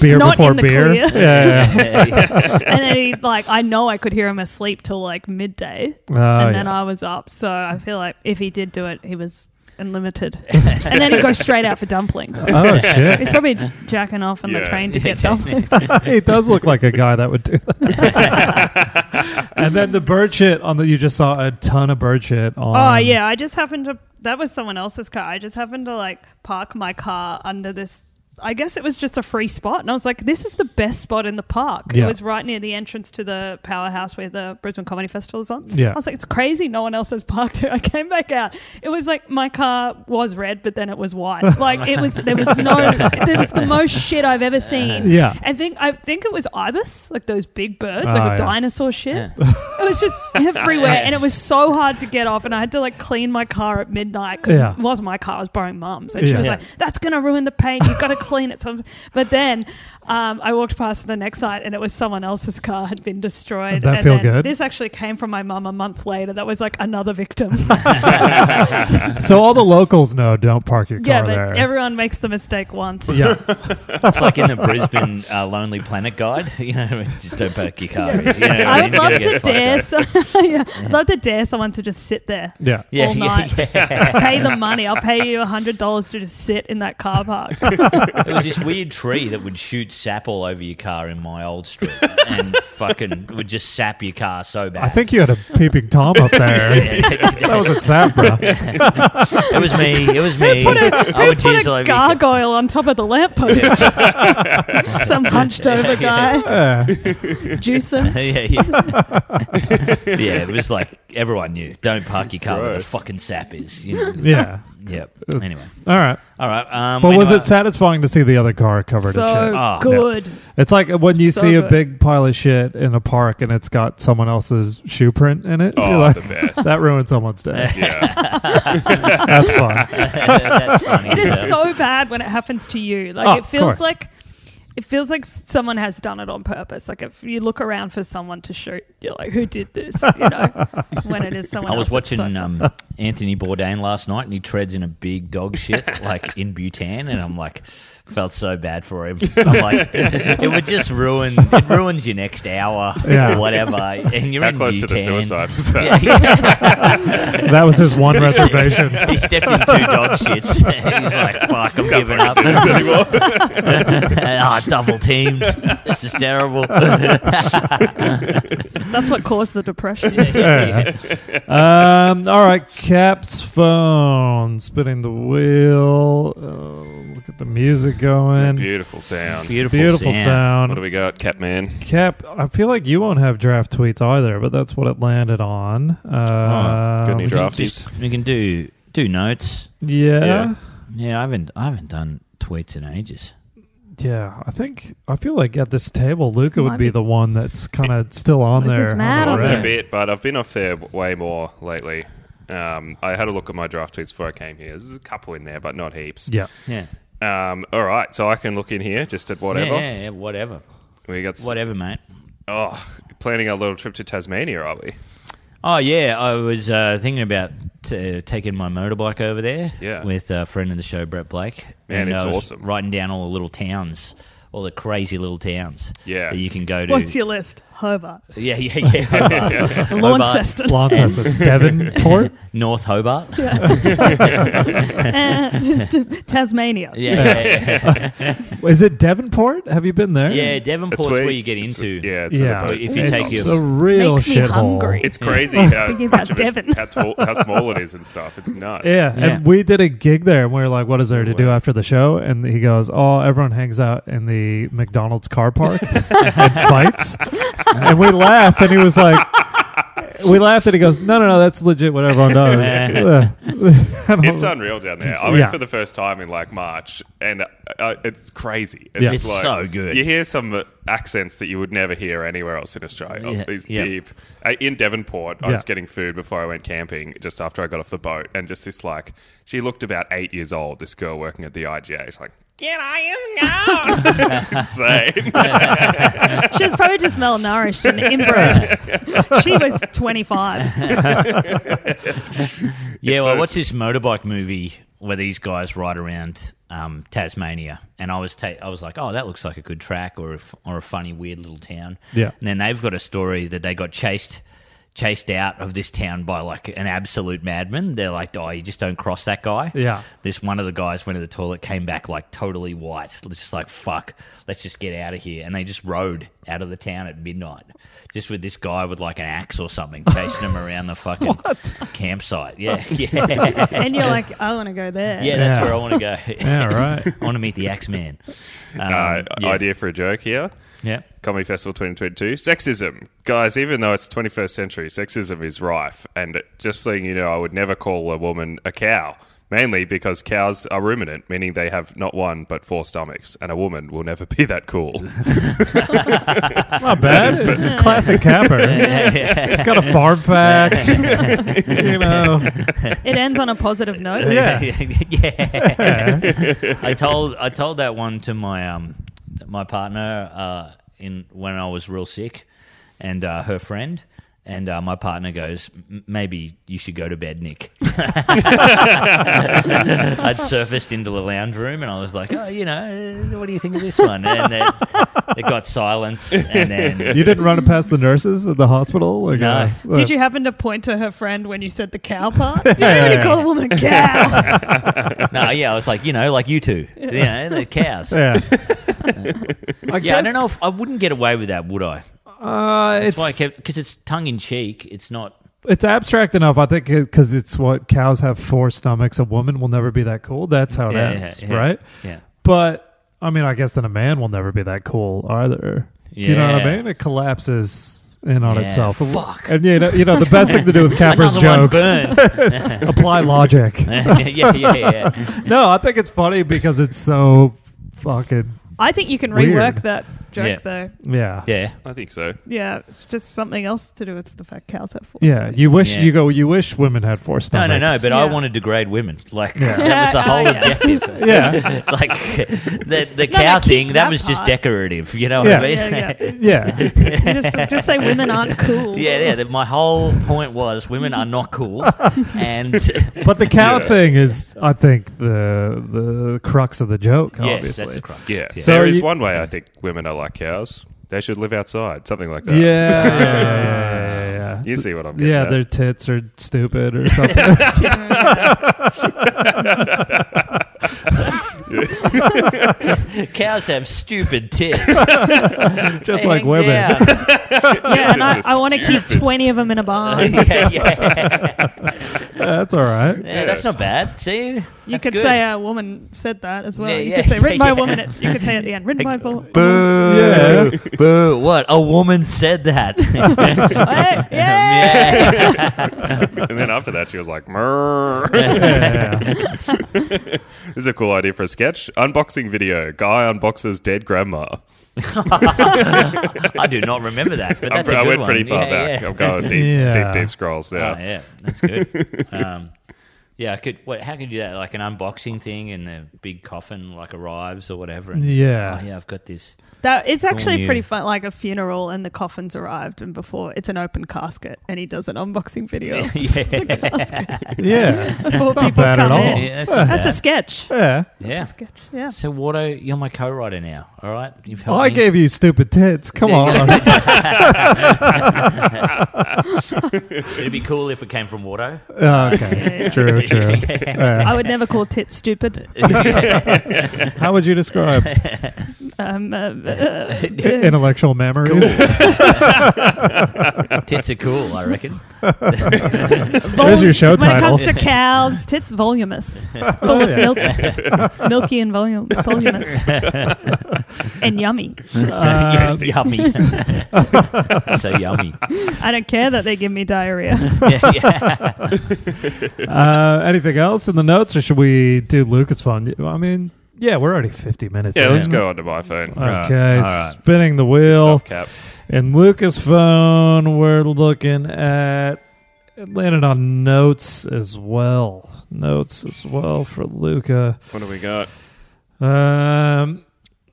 S2: Beer
S4: Not
S2: before
S4: in the
S2: beer.
S4: clear.
S2: Yeah. yeah.
S4: [LAUGHS]
S2: [LAUGHS]
S4: and then he, like, I know I could hear him asleep till like midday.
S2: Oh,
S4: and then
S2: yeah.
S4: I was up. So I feel like if he did do it, he was
S2: [LAUGHS]
S4: unlimited. and then he'd go straight out for dumplings. [LAUGHS]
S2: Oh shit!
S4: He's probably jacking off on the
S5: Yeah.
S4: train to
S3: [LAUGHS]
S4: get dumplings.
S2: [LAUGHS] he does look like a guy that would do. That.
S5: [LAUGHS]
S2: and then the bird shit on the you just saw a ton of bird shit on.
S4: Oh yeah, I just happened to. That was someone else's car. I just happened to like park my car under this. I guess it was just a free spot, and I was like, "This is the best spot in the park."
S2: Yeah.
S4: It was right near the entrance to the powerhouse where the Brisbane Comedy Festival is on.
S2: Yeah.
S4: I was like, "It's crazy, no one else has [LAUGHS] parked here." I came back out. It was like my car was red, but then it was
S2: [LAUGHS]
S4: white. Like it was there was no there was the most shit I've ever seen.
S2: Yeah.
S4: I think I think it was ibis, like those big birds,
S2: Oh,
S4: like a
S2: yeah.
S4: dinosaur shit. It was just everywhere, and it was so hard to get off. And I had to like clean my car at midnight because
S2: Yeah.
S4: it was my car. I was borrowing mum's, and she
S2: Yeah.
S4: was
S2: Yeah.
S4: like, "That's gonna ruin the paint. You've got to clean it." So, but then um, I walked past the next night, and it was someone else's car had been destroyed.
S2: That
S4: and
S2: feel
S4: then
S2: good?
S4: This actually came from my mum a month later. That was like another
S2: [LAUGHS]
S4: victim.
S2: So all the locals know don't park your car
S4: yeah, but
S2: there.
S4: everyone makes the mistake once.
S2: yeah,
S3: It's like in the Brisbane uh, Lonely Planet guide. [LAUGHS] You know, just don't park your car. here. You
S4: [LAUGHS]
S3: know,
S4: I
S3: you're
S4: would
S3: gonna
S4: love
S3: get
S4: to
S3: fucked
S4: dare,
S3: up.
S4: so- [LAUGHS] yeah, I'd love to dare someone to just sit there.
S2: yeah.
S3: Yeah,
S4: all
S3: yeah,
S4: night.
S3: yeah.
S4: Pay the money. I'll pay you hundred dollars to just sit in that car
S3: [LAUGHS]
S4: park.
S3: There was this weird tree that would shoot sap all over your car in my old street and fucking would just sap your car so bad.
S2: I
S3: [LAUGHS]
S2: think you had a peeping tom up there.
S4: [LAUGHS]
S2: that was at Sabra.
S3: [LAUGHS] it was me. It was me. I
S4: Who
S3: would
S4: put
S3: usually
S4: a
S3: be- [LAUGHS]
S4: gargoyle on top of the lamppost? Some hunched
S3: [LAUGHS]
S4: over guy.
S2: Yeah.
S4: Juicing.
S3: yeah,
S5: [LAUGHS]
S3: yeah. yeah, it was like everyone knew. Don't park your car where the
S5: Gross.
S3: fucking sap is. You know?
S5: [LAUGHS]
S2: yeah.
S3: Yep. Anyway.
S2: All right.
S3: All right. Um,
S2: But was
S5: uh,
S3: anyway-
S2: it
S3: [LAUGHS]
S2: satisfying to see the other car covered in shit?
S4: So
S3: Ah,
S2: no.
S4: good.
S2: It's like when you
S4: So
S2: see a
S4: good.
S2: big pile of shit in a park and it's got someone else's shoe print in it.
S5: Oh,
S2: you're like,
S5: the
S2: [LAUGHS]
S5: best.
S2: that ruined someone's day.
S5: [LAUGHS] yeah.
S3: [LAUGHS]
S2: That's fun.
S5: [LAUGHS]
S3: That's funny.
S4: It is
S3: Yeah. Ah,
S4: so bad when it happens to you. Like
S2: Oh,
S4: it
S2: of
S4: feels
S2: course.
S4: like it feels like someone has done it on purpose. Like if you look around for someone to shoot, you're like, who did this? You
S3: [LAUGHS]
S4: know, when it is someone.
S3: I was
S4: else, it's so
S3: watching
S4: fun. [LAUGHS]
S3: um, Anthony Bourdain last night, and he treads in a big dog shit,
S4: [LAUGHS]
S3: like in Bhutan, and I'm like, felt so bad for him. I'm like, [LAUGHS] it would just ruin, it ruins your next hour
S2: Yeah.
S3: or whatever, and you're
S5: How
S3: in
S5: close to the
S3: Bhutan.
S5: suicide
S3: [LAUGHS]
S5: was that?
S2: [LAUGHS] That was his one reservation.
S3: He stepped in two dog shits. [LAUGHS] He's like, fuck, I'm giving up. [LAUGHS] Ah, double teams. This is terrible.
S4: [LAUGHS]
S3: [LAUGHS]
S4: That's what caused the
S3: [LAUGHS]
S4: depression.
S2: um, all right, Cap's phone spinning the wheel. Oh, look at the music going.
S5: Beautiful sound.
S3: Beautiful,
S2: Beautiful
S3: sound.
S2: sound.
S5: What do we got, Catman?
S2: Cap, I feel like you won't have draft tweets either, but that's what it landed on. Uh,
S5: Oh, good new
S2: we
S5: draft.
S3: Just, we can do do notes.
S2: did- Yeah,
S5: Yeah.
S3: Yeah, I haven't I haven't done tweets in ages.
S2: yeah. I think I feel like at this table, Luca would
S4: Might
S2: be
S4: be-
S2: the one that's kind of still on
S4: Luca's
S2: there. on
S4: mad
S2: the
S4: on
S2: red.
S5: A
S3: Right.
S5: bit, but I've been off there w- way more lately. Um, I had a look at my draft tweets before I came here. There's a couple in there, but not heaps.
S2: Yeah.
S3: Yeah.
S5: Um, all right, so I can look in here just at whatever.
S3: Yeah, yeah, yeah, whatever.
S5: We got. s-
S3: Whatever, mate.
S5: Oh, planning a little trip to Tasmania, are we?
S3: Oh yeah, I was uh, thinking about t- uh, taking my motorbike over there.
S5: Yeah.
S3: with a friend of the show, Brett Blake.
S5: Man,
S3: and
S5: it's
S3: I was
S5: awesome.
S3: Writing down all the little towns, all the crazy little towns.
S5: Yeah.
S3: that you can go to.
S4: What's your list? Hobart,
S3: [LAUGHS]
S4: [LAUGHS]
S3: yeah, yeah, yeah.
S5: [LAUGHS]
S3: Hobart.
S4: Launceston,
S2: Launceston, Devonport.
S3: [LAUGHS] North Hobart. Yeah, [LAUGHS]
S4: [LAUGHS] and just Tasmania.
S3: yeah, yeah.
S2: Is it Devonport? Have you been there?
S3: yeah
S5: That's
S3: Devonport's where, you get
S5: it's-
S3: into.
S5: yeah, it's
S2: yeah.
S5: Where the boat
S3: If you
S5: stops.
S3: take
S2: it's
S3: your-
S2: a real
S4: Makes me
S2: shithole.
S4: hungry.
S3: [LAUGHS]
S5: It's crazy how,
S4: Thinking about
S5: much of it-
S4: Devon.
S5: how, tall, how small it is and stuff.
S2: [LAUGHS]
S5: It's nuts.
S2: Yeah,
S3: Yeah.
S2: and we did a gig there, and we were like, "What is there to do
S5: Wow.
S2: after the show?" And he goes, "Oh, everyone hangs out in the McDonald's car
S3: [LAUGHS]
S2: park and fights." And we laughed, and he was like, "We laughed," and he goes, "No, no, no, that's legit. What everyone does." And [LAUGHS] I
S5: It's
S2: was-
S5: unreal down there. I went
S2: Yeah.
S5: for the first time in like March, and uh, uh, it's crazy. It's,
S2: Yeah.
S3: It's
S5: like,
S3: so good.
S5: You hear some uh, accents that you would never hear anywhere else in Australia.
S3: Yeah.
S5: These
S3: Yeah.
S5: deep. Uh, in Devonport, I was
S2: Yeah.
S5: getting food before I went camping, just after I got off the boat, and just this like, she looked about eight years old. This girl working at the IGA, she's like, "Get I am now." [LAUGHS]
S2: [LAUGHS]
S5: it's insane.
S4: She was probably just malnourished and inbred. she was 25.
S3: Yeah,
S5: It's
S3: well,
S5: so
S3: what's
S5: s-
S3: this motorbike movie where these guys ride around um, Tasmania? And I was ta- I was like, oh, that looks like a good track or a f- or a funny, weird little town.
S2: Yeah.
S3: And then they've got a story that they got chased chased out of this town by like an absolute madman. They're like, oh, you just don't cross that guy.
S2: Yeah.
S3: This one of the guys went to the toilet, came back like totally white. It's Just like fuck, let's just get out of here. And they just rode out of the town at midnight, just with this guy with like an axe or something chasing him around the fucking campsite. Yeah, yeah,
S4: And you're like, I want to go there.
S3: yeah. That's
S2: Yeah.
S3: where I want to go.
S2: [LAUGHS] yeah, right.
S3: [LAUGHS] I want to meet the axe man. Um,
S5: Uh,
S3: yeah.
S5: Idea for a joke here.
S2: [LAUGHS]
S3: Yeah.
S5: Comedy Festival 2022. Sexism. Guys, even though it's 21st century, sexism is rife. And just so you know, I would never call a woman a cow, mainly because cows are ruminant, meaning they have not one but four stomachs. And a woman will never be that cool.
S2: Not bad. It's
S3: [LAUGHS]
S2: just classic capper. It's got a farm fact. you know.
S4: It ends on a positive note.
S2: Yeah.
S3: [LAUGHS] yeah. I told I told that one to my um my partner uh in when I was real sick, and uh, her friend. And uh, my partner goes, "M- maybe you should go to bed, Nick. [LAUGHS] I'd surfaced into the lounge room and I was like, oh, you know, uh, what do you think of this one? And then it got silence. And then
S2: [LAUGHS] You didn't run it past the nurses at the hospital. Like, uh,
S3: No.
S4: Did you happen to point to her friend when you said the cow
S2: [LAUGHS]
S4: part? You don't really call a woman a cow.
S3: no, yeah, I was like, you know, like you two, you know, the cows. Yeah,
S2: Yeah.
S3: I don't know if I wouldn't get away with that, would I?
S2: Uh, it's
S3: That's why I kept because it's tongue in cheek. It's not.
S2: It's abstract enough, I think, because it's what cows have four stomachs. A woman will never be that cool. Oh, That's how it
S3: Yeah,
S2: ends,
S3: yeah, yeah.
S2: right?
S3: Yeah.
S2: But I mean, I guess then a man will never be that cool either. Do you know what I
S3: Yeah.
S2: mean? It collapses in on
S3: Yeah,
S2: itself.
S3: fuck.
S2: And you know, you know, the best thing to
S3: [LAUGHS]
S2: do with Capper's
S3: Another one
S2: jokes
S3: burned.
S2: [LAUGHS] apply logic.
S3: [LAUGHS] yeah, yeah, yeah.
S2: no, I think it's funny because it's so fucking.
S4: I think you can
S2: Weird.
S4: rework that joke,
S3: Yeah.
S4: though.
S2: Yeah.
S3: Yeah.
S5: I think so.
S4: Yeah, it's just something else to do with the fact cows have four.
S2: Yeah,
S4: stomachs.
S2: you wish
S3: Yeah.
S2: you go. You wish women had four
S3: No,
S2: stomachs.
S3: no, no. But I
S4: Yeah.
S3: want to degrade women. Like
S2: Yeah.
S3: that was the
S4: [LAUGHS]
S3: whole
S4: Yeah.
S3: objective.
S2: [LAUGHS] Yeah.
S3: [LAUGHS] like the the
S4: No, no,
S3: cow
S4: keep
S3: thing.
S4: that
S3: That was just
S4: part.
S3: decorative. You know
S2: Yeah.
S3: what I mean?
S4: Yeah, yeah.
S3: [LAUGHS]
S2: yeah,
S4: just, just say women aren't cool.
S3: Yeah, yeah. that- My whole point was women are
S2: [LAUGHS]
S3: not cool, [LAUGHS] and
S2: but the
S3: [LAUGHS]
S2: cow
S5: Yeah.
S2: thing is, I think, the the crux of the joke.
S3: yes,
S2: obviously.
S3: that's the crux.
S5: Yeah.
S2: So
S5: there is
S2: you-
S5: one way I think women are like cows. They should live outside, something like
S2: Yeah,
S5: that.
S2: yeah, yeah, yeah, yeah, yeah, yeah.
S5: [LAUGHS] You see what I'm getting
S2: yeah,
S5: at.
S2: their tits are stupid [LAUGHS] or
S3: [LAUGHS]
S2: something.
S3: Cows have stupid tits,
S2: [LAUGHS] Just like
S3: Hang
S2: women. [LAUGHS]
S3: down.
S4: [LAUGHS] Yeah, and I,
S5: It's a
S4: I want to keep
S5: stupid-
S4: 20 of them in a barn.
S3: [LAUGHS] yeah, yeah. [LAUGHS] yeah,
S2: That's all right.
S3: That's not bad. See,
S4: You could say uh, a woman said that as well.
S3: Yeah,
S4: you
S3: yeah,
S4: could say written by a
S3: [LAUGHS] yeah.
S4: woman. At, you could say at the end, written by a bo- woman.
S3: boo,
S2: Yeah.
S3: boo. What? A woman said that.
S4: [LAUGHS] Hey, yeah.
S3: yeah.
S5: [LAUGHS] and then after that, she was like, "Murr."
S2: [LAUGHS] Yeah.
S5: this is a cool idea for a sketch. Unboxing video. Guy unboxes dead grandma.
S3: I do not remember that, but
S5: I'm
S3: that's
S5: pre-
S3: a
S5: I
S3: good
S5: went
S3: one.
S5: pretty far
S3: Yeah,
S5: back.
S3: yeah.
S5: I'm
S2: [LAUGHS]
S5: going deep,
S2: Yeah.
S5: deep, deep scrolls
S3: [LAUGHS]
S5: now.
S3: Oh yeah, that's [LAUGHS] good. um, yeah, I could. What, how could you do that? Like an unboxing thing, and the big coffin like arrives or whatever. And it's like,
S2: Yeah.
S3: oh, yeah, I've got
S4: [LAUGHS]
S3: this.
S4: That it's actually
S3: you.
S4: pretty fun. Like a funeral, and the coffin's arrived, and before it's an open casket, and he does an unboxing video.
S3: [LAUGHS]
S4: [LAUGHS]
S3: yeah,
S4: of
S3: yeah,
S4: the casket.
S2: Yeah. That's
S3: [LAUGHS]
S4: Before
S2: not
S4: people
S2: bad at
S4: come
S2: all.
S4: in.
S3: that's, not
S4: That's a
S3: bad.
S4: sketch.
S2: Yeah.
S3: yeah.
S4: That's a sketch. Yeah.
S3: So Watto, you're my co-writer now. All right, you've helped
S2: I
S3: me.
S2: gave you stupid tits. Come
S3: Yeah,
S2: on. [LAUGHS]
S3: It'd be cool if it came from Watto.
S2: Oh, okay. True, true.
S4: I
S2: Yeah.
S4: would never call tit stupid.
S2: Uh, How would you describe
S4: Um, uh, uh,
S2: i- intellectual memories?
S3: [LAUGHS] Tits are cool, I
S2: [LAUGHS]
S3: reckon.
S2: There's your show
S4: When it
S2: title.
S4: comes to cows, tits voluminous, full
S2: Oh,
S4: of
S2: yeah.
S4: milk, [LAUGHS] milky and volum- voluminous, and yummy.
S2: [LAUGHS] Uh,
S5: Tasty.
S3: yummy. [LAUGHS] so yummy.
S4: I don't care that they give me diarrhea.
S3: Yeah, yeah.
S2: uh, anything else in the notes, or should we do Lucasfilm? I mean, yeah, we're already 50 minutes
S5: Yeah,
S2: in.
S5: let's go onto my phone.
S2: Okay,
S3: All right.
S2: spinning the wheel.
S5: Stuff cap.
S2: In Lucasfilm, we're looking at it landed on notes as well. Notes as well for Luca.
S5: What do we got?
S2: Um,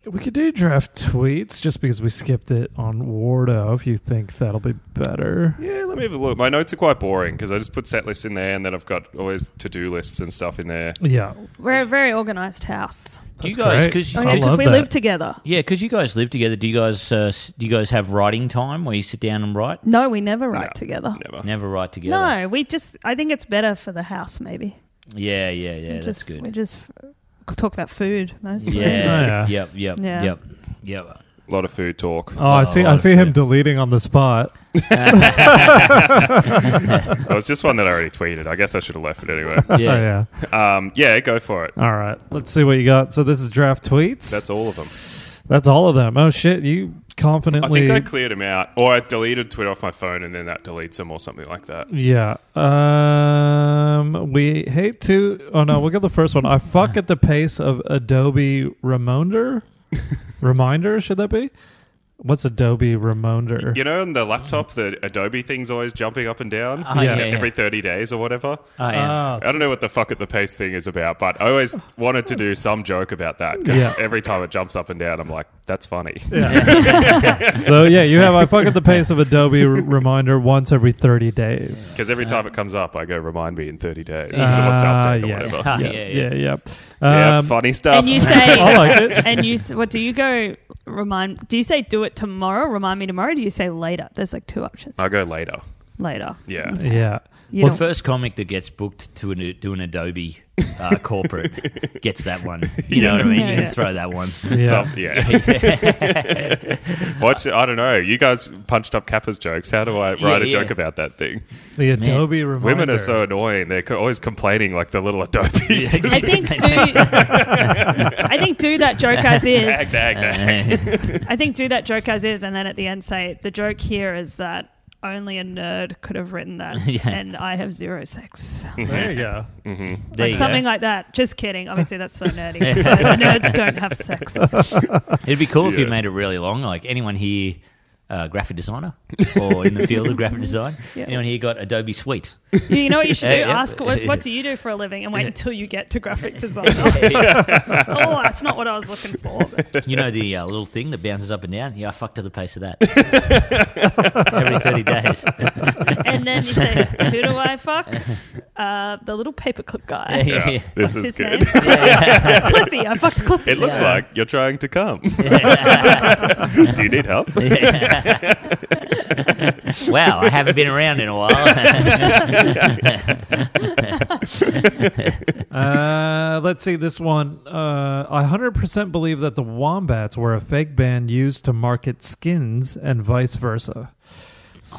S2: we could do draft tweets just because we skipped it on Wardo. If you think that'll be better,
S5: Yeah, let me have a look. My notes are quite boring because I just put set lists in there, and then I've got always to do lists and stuff in there.
S2: yeah,
S4: We're a very organised house.
S3: Do you
S2: That's
S3: guys?
S2: great.
S3: Because
S2: Oh,
S4: Okay,
S2: I
S4: because
S2: love
S4: we
S2: that.
S4: live together.
S3: yeah, because you guys live together. Do you guys? Uh, s- do you guys have writing time where you sit down and write?
S4: No, we never write
S5: No,
S4: together.
S5: Never.
S3: Never write together.
S4: No, we just. I think it's better for the house. Maybe.
S3: Yeah, yeah, yeah.
S4: We
S3: That's
S4: just,
S3: good.
S4: We just f- talk about food mostly. [LAUGHS]
S3: [LAUGHS] Yeah.
S2: Yeah.
S3: Yep. Yep.
S4: Yeah.
S3: Yep. Yep.
S5: A lot of food talk. [LAUGHS]
S2: Oh, [LAUGHS] I
S3: Oh,
S2: see.
S3: a lot
S2: I
S3: of
S2: see him
S3: food.
S2: deleting on the [LAUGHS] spot.
S5: That was just one that I already tweeted. I guess I should have left
S2: [LAUGHS]
S5: it anyway.
S2: Oh, Yeah.
S3: Yeah.
S2: yeah.
S5: Um, yeah, go for it.
S2: All right. Let's see what you got. So this is draft tweets.
S5: That's all of them.
S2: That's all of them. Oh shit! You
S5: I
S2: confidently.
S5: think I cleared them out, or I deleted Twitter off my phone, and then that deletes them, or something like that.
S2: yeah. Um. We hate to. Oh no. We'll get the first one. I fuck at the pace of Adobe Reminder. Reminder should that be? What's Adobe Reminder?
S5: You know, on the laptop, the Adobe thing's always jumping up and down
S4: Ah,
S3: Oh,
S2: Yeah.
S3: yeah, yeah.
S5: every 30 days or whatever.
S3: Oh, yeah.
S2: Ah,
S5: I don't know what the fuck at the pace thing is about, but I always wanted to do some joke about that because
S2: Yeah.
S5: every time it jumps up and down, I'm like, that's funny.
S2: so yeah, you have I fuck
S5: [LAUGHS]
S2: at the pace of Adobe R- Reminder once every thirty days.
S5: Because every time it comes up, I go, remind me in 30 days because it wants to update
S2: Ah,
S5: [LAUGHS] or
S2: yeah,
S5: whatever.
S2: [LAUGHS] yeah,
S3: Yeah,
S2: yeah, yeah.
S5: yeah,
S2: Um,
S5: funny stuff.
S4: And
S3: [LAUGHS]
S4: you
S5: [LAUGHS]
S4: say.
S2: I like it.
S4: and you s- what do you go remind do you say do it tomorrow remind me tomorrow or do you say later there's like two options
S5: I go later.
S4: later
S5: Uh, Yeah. [LAUGHS]
S2: Yeah.
S4: you
S3: Well,
S4: don't-
S3: first comic that gets booked to an, do an Adobe
S4: [LAUGHS]
S3: uh, corporate gets that one. You know what I mean?
S4: Yeah,
S3: you can
S4: yeah.
S3: throw
S4: [LAUGHS]
S3: that one. [LAUGHS]
S2: Yeah.
S5: Some- yeah. Watch, I don't know. You guys punched up Kappa's jokes. How do I write
S3: Yeah,
S5: a
S3: yeah.
S5: joke about that thing?
S2: The Adobe Reminder.
S5: Women are so annoying. They're co- always complaining like the
S3: [LAUGHS]
S5: little Adobe.
S4: I think do I think do that joke
S3: [LAUGHS]
S4: as
S5: Dag,
S4: is
S5: dag, dag.
S4: I think do that joke as is and then at the end say the joke here is that only a nerd could have written that,
S3: [LAUGHS] Yeah.
S4: and I have zero sex.
S2: There you go.
S3: There
S4: like
S3: you
S4: something
S3: go.
S4: like that. Just kidding. Obviously, that's so
S3: [LAUGHS]
S4: nerdy. Nerds don't have sex.
S3: [LAUGHS] It'd be cool if you
S5: Yeah.
S3: made it really long. Like anyone here, uh,
S4: [LAUGHS]
S3: graphic designer or in the field of graphic design,
S4: Yeah.
S3: anyone here got Adobe Suite?
S4: You you know what you should do?
S3: [LAUGHS] Yeah, yeah.
S4: Ask what, what do you do for a living, and wait until you get to
S3: [LAUGHS]
S4: graphic design. [LAUGHS] oh, that's not what I was looking
S3: [LAUGHS]
S4: for.
S3: You know the uh, little thing that bounces up and down? Yeah, I fucked to the pace
S4: [LAUGHS]
S3: of that [LAUGHS] every 30 days.
S4: And then you say, "Who do I
S3: [LAUGHS]
S4: fuck?" Uh, the little paperclip guy.
S3: Yeah, yeah,
S5: Yeah,
S3: yeah.
S5: this
S4: What's
S5: is
S4: his
S5: good. [LAUGHS]
S4: name? [LAUGHS] Clippy. I fucked Clippy.
S5: It looks
S3: Yeah.
S5: like you're trying
S3: [LAUGHS]
S5: to come. Do you need help?
S3: wow, I haven't been around in a
S5: [LAUGHS]
S3: while.
S2: Uh, let's see this one. Uh, I 100% believe that the Wombats were a fake band used to market skins and vice versa.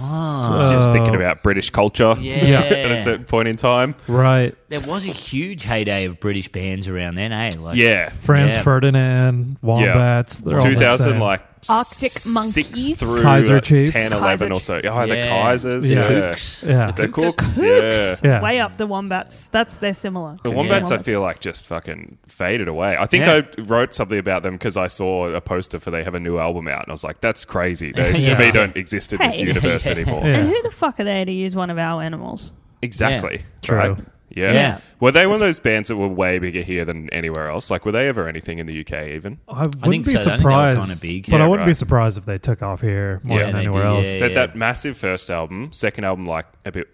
S3: Ah.
S5: Just
S2: So-
S5: thinking about British culture
S3: Yeah.
S5: at a certain point in time.
S2: Right.
S3: There was a huge heyday of British bands around then, eh? Like,
S5: Yeah.
S2: Franz
S3: Yeah.
S2: Ferdinand, Wombats. They're all the
S5: 2000,
S2: same.
S5: like
S4: Arctic
S5: six
S4: Monkeys.
S5: through
S2: Kaiser
S5: uh,
S2: Chiefs.
S5: 10, 11 or so. Oh, the
S3: Yeah.
S5: Kaisers.
S2: The
S5: Yeah.
S3: Kooks.
S2: Yeah.
S5: The Cooks.
S4: Cooks.
S5: Yeah.
S2: Yeah.
S4: Way up the wombats. That's they're similar.
S5: The Wombats,
S4: Yeah.
S5: I feel like, just fucking faded away. I think
S3: Yeah.
S5: I wrote something about them because I saw a poster for they have a new album out, and I was like,
S3: [LAUGHS]
S5: that's crazy. They,
S3: Yeah.
S5: To me, don't exist in this
S4: Hey. [LAUGHS]
S5: universe anymore.
S2: Yeah.
S4: And who the fuck are they to use one of our animals?
S5: Exactly.
S2: True.
S5: Right? Yeah.
S3: Yeah.
S5: Were they one of those bands that were way bigger here than anywhere else? Like, were they ever anything in the UK even?
S2: I wouldn't
S3: think
S2: be
S3: so. I think they were
S2: surprised.
S3: kinda big.
S2: But
S5: Yeah,
S2: I wouldn't be
S5: right.
S2: surprised if they took off here more
S3: Yeah,
S2: than
S3: they
S2: anywhere
S3: did,
S2: else.
S3: yeah,
S5: So that massive first album, second album, like a bit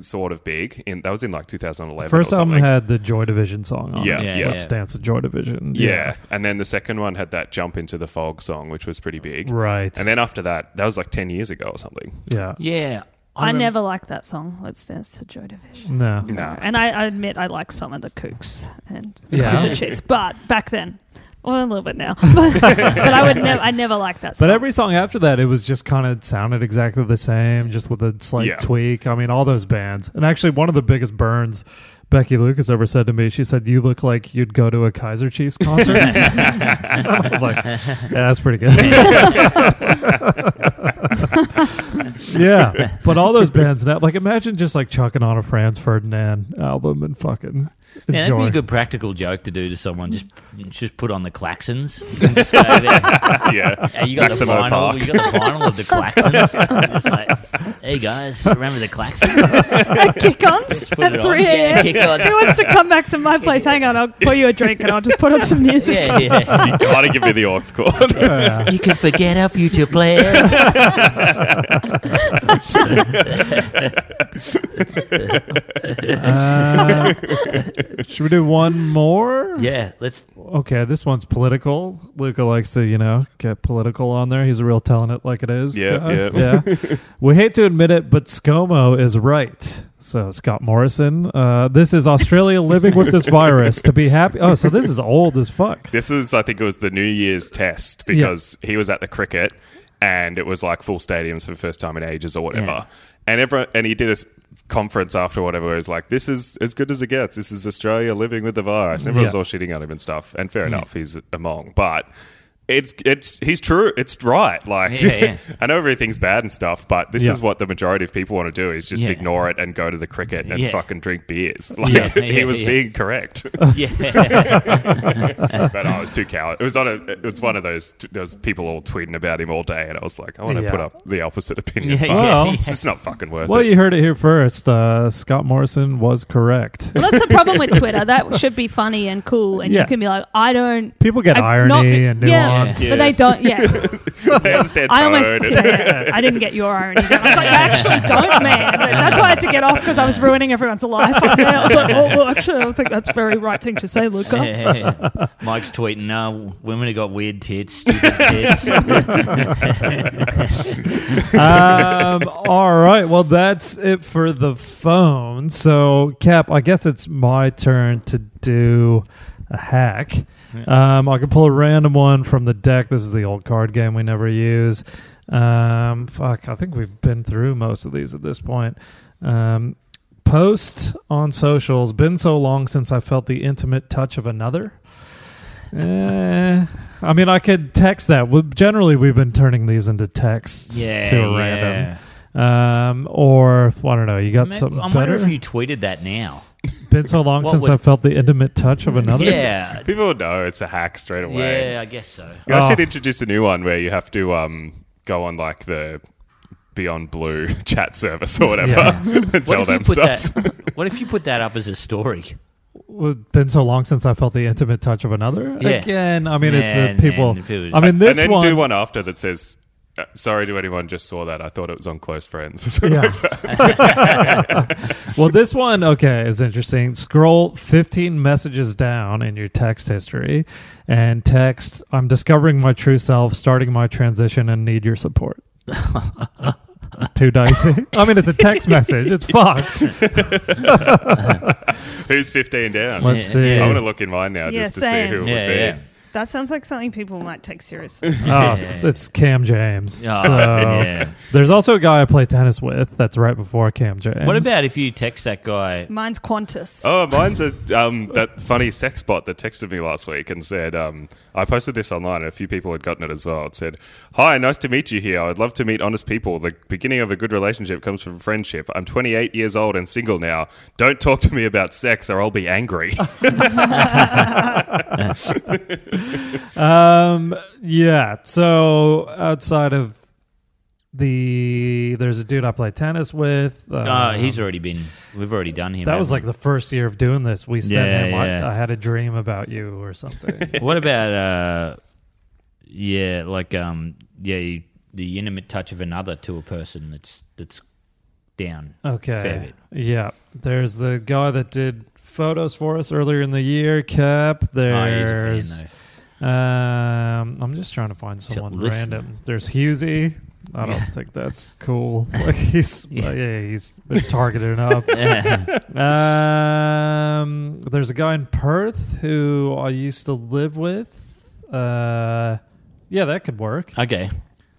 S5: sort of big. In that was in like 2011.
S2: First
S5: or
S2: album
S5: something.
S2: had the Joy Division song on
S5: Yeah,
S2: it.
S5: yeah.
S2: Let's Dance with Joy Division.
S5: yeah. and then the second one had that jump into the fog song, which was pretty big.
S2: Right.
S5: And then after that, that was like 10 years ago or
S2: [LAUGHS]
S5: something.
S2: yeah.
S3: Yeah.
S4: I,
S3: remem-
S4: never liked that song. Let's dance to Joy Division.
S2: No.
S5: Nah.
S4: And I, I admit I like some of the Kooks and
S2: Yeah.
S4: Kaiser Chiefs, but back then, well, a little bit now. [LAUGHS] but, I would never, I never liked that. Song.
S2: But every song after that, it was just kind of sounded exactly the same, just with a slight
S5: Yeah.
S2: tweak. I mean, all those bands. And actually, one of the biggest burns Becky Lucas ever said to me, she said, You look like you'd go to a Kaiser Chiefs concert. [LAUGHS] I was like, Yeah, that's pretty good. [LAUGHS] yeah. But all those bands now, like, imagine just like chucking on a Franz Ferdinand album and fucking.
S3: Man, that'd
S2: enjoy.
S3: be a good practical joke to do to someone. Just, just put on the
S5: [LAUGHS]
S3: claxons. And just go there.
S5: yeah.
S3: Hey, you got
S5: Maximo
S3: the final.
S5: Park.
S3: You
S5: [LAUGHS]
S3: got the final of the Claxons. It's like, hey guys, remember the Claxons? [LAUGHS]
S4: kick-ons
S3: Put
S4: at
S3: it on.
S4: three
S3: Yeah,
S4: a.m.
S3: kick
S4: Who
S3: on.
S4: wants to come back to my place? Hang on, I'll pour you a drink and I'll just put on some music.
S3: Yeah, yeah.
S5: you gotta give me the aux
S2: [LAUGHS]
S5: chord.
S2: Yeah.
S3: [LAUGHS] You can forget our future plans.
S2: Uh, should we do one more?
S3: yeah, let's.
S2: Okay, this one's political. Luca likes to, you know, get political on there. He's a real telling it like it is.
S5: Yeah,
S2: guy.
S5: yeah. [LAUGHS]
S2: yeah. we hate to admit it, but ScoMo is right. So Scott Morrison, uh, this is Australia living with this virus to be happy. Oh, so this is old as fuck.
S5: This is, I think it was the New Year's test because he was at the cricket and it was like full stadiums for the first time in ages or whatever.
S3: Yeah.
S5: And everyone, and he did a s- conference after whatever. Where he was like, "This is as good as it gets. This is Australia living with the virus." And Everyone's
S2: Yeah.
S5: all shitting on him and stuff. And
S3: Mm.
S5: fair enough, he's a mong, but. It's it's he's true. It's right. Like
S3: Yeah, yeah.
S5: [LAUGHS] I know everything's bad and stuff, but this
S2: Yeah.
S5: is what the majority of people want to do: is just
S3: Yeah.
S5: ignore it and go to the cricket and
S3: Yeah.
S5: fucking drink beers. Like
S3: Yeah, yeah,
S5: [LAUGHS] he was
S3: yeah.
S5: being
S3: [LAUGHS]
S5: correct.
S2: [LAUGHS]
S3: Yeah,
S5: [LAUGHS] but I was too coward. It was on a. It was one of those. There was people all tweeting about him all day, and I was like, I want to
S2: Yeah.
S5: put up the opposite opinion.
S3: Yeah,
S5: Yeah,
S2: yeah, yeah.
S5: It's just not fucking worth
S2: Well,
S5: it.
S2: you heard it here first. Uh, Scott Morrison was correct.
S4: Well, that's the problem with Twitter. That should be funny and cool, and
S2: Yeah.
S4: you can be like, I don't.
S2: People get
S4: I-
S2: irony
S4: not-
S2: and nuance.
S4: Yeah,
S5: Yeah.
S4: but they don't.
S2: [LAUGHS]
S4: Yeah,
S5: [LAUGHS] I understand
S4: I almost
S5: tone.
S4: yeah, yeah. I didn't get your irony. I was like, I actually don't, man. But That's why I had to get off because I was ruining everyone's life. on there. I was like, oh, well, actually, I think that's a very right thing to say, Luca.
S3: yeah, yeah. Mike's tweeting. No, women have got weird tits, stupid
S5: [LAUGHS]
S2: [LAUGHS]
S3: tits.
S2: um, all right. Well, that's it for the phone. So, Cap, I guess it's my turn to do a hack. Um, I can pull a random one from the deck. This is the old card game we never use. Um, fuck, I think we've been through most of these at this point. Um, post on socials. Been so long since I felt the intimate touch of another. Eh, I mean, I could text that. We- Generally, we've been turning these into texts
S3: Yeah,
S2: to a
S3: yeah.
S2: random. um, or I don't know. You got
S3: Maybe-
S2: something
S3: I wonder
S2: better.
S3: if you tweeted that now.
S2: Been so long
S3: what
S2: since
S3: would-
S2: I felt the intimate touch of another. [LAUGHS]
S3: Yeah.
S5: [LAUGHS] People would know it's a hack straight away.
S3: Yeah, I guess so.
S5: You know, I
S2: Oh.
S5: should introduce a new one where you have to um, go on like the Beyond Blue [LAUGHS] chat service or whatever
S2: Yeah.
S5: [LAUGHS] and
S3: What
S5: tell
S3: if you
S5: them
S3: put
S5: stuff.
S3: that? What if you put that up as a story?
S2: Well, Been so long since I felt the intimate touch of another.
S3: Yeah.
S2: Again, I mean,
S3: Man,
S2: it's uh, people.
S3: man, people-
S2: I mean, this
S5: and then
S2: one.
S5: do one after that says, uh, "Sorry to anyone just saw that. I thought it was on Close Friends." [LAUGHS]
S2: Yeah.
S3: [LAUGHS]
S2: well, this one, okay, is interesting. Scroll 15 messages down in your text history and text, I'm discovering my true self, starting my transition, and need your
S3: [LAUGHS]
S2: support. Too dicey. I mean, it's a text message. It's fucked.
S5: Who's fifteen down?
S2: Let's
S3: Yeah,
S2: see.
S5: I want to
S2: Oh,
S5: look in mine now
S4: Yeah,
S5: just to
S4: same.
S5: see who it
S3: Yeah,
S5: would be.
S3: yeah.
S4: That sounds like something people might take seriously.
S2: Oh, it's, it's Cam James.
S3: Oh,
S2: so
S3: yeah.
S2: there's also a guy I play tennis with that's right before Cam James.
S3: What about if you text that guy?
S4: Mine's Qantas.
S5: Oh, mine's a, um, that funny sex bot that texted me last week and said, um, I posted this online and a few people had gotten it as well. It said, Hi, nice to meet you here. I'd love to meet honest people. The beginning of a good relationship comes from friendship. I'm 28 years old and single now. Don't talk to me about sex or I'll be angry. [LAUGHS]
S2: Um. Yeah. So outside of the, there's a dude I play tennis with. Uh,
S3: Oh, he's already been. We've already done him.
S2: that was like
S3: haven't
S2: the first year of doing this. We sent
S3: Yeah,
S2: him.
S3: yeah.
S2: I, I had a dream about you or
S3: [LAUGHS]
S2: something.
S3: we? What about? Uh, yeah, like um, yeah, you, the intimate touch of another to a person that's that's down. Oh,
S2: Okay.
S3: Fair bit.
S2: Yeah. There's the guy that did photos for us earlier in the year. Cap.
S3: oh,
S2: There's.
S3: he's a fan
S2: Um, I'm just trying to find
S3: a
S2: someone
S3: listener.
S2: random. There's Husey. I don't
S3: Yeah.
S2: think that's
S3: [LAUGHS]
S2: cool. Like he's
S3: Yeah.
S2: yeah, he's been targeted enough. um, there's a guy in Perth who I used to live with. Uh, yeah, that could work.
S3: though. [LAUGHS] Okay.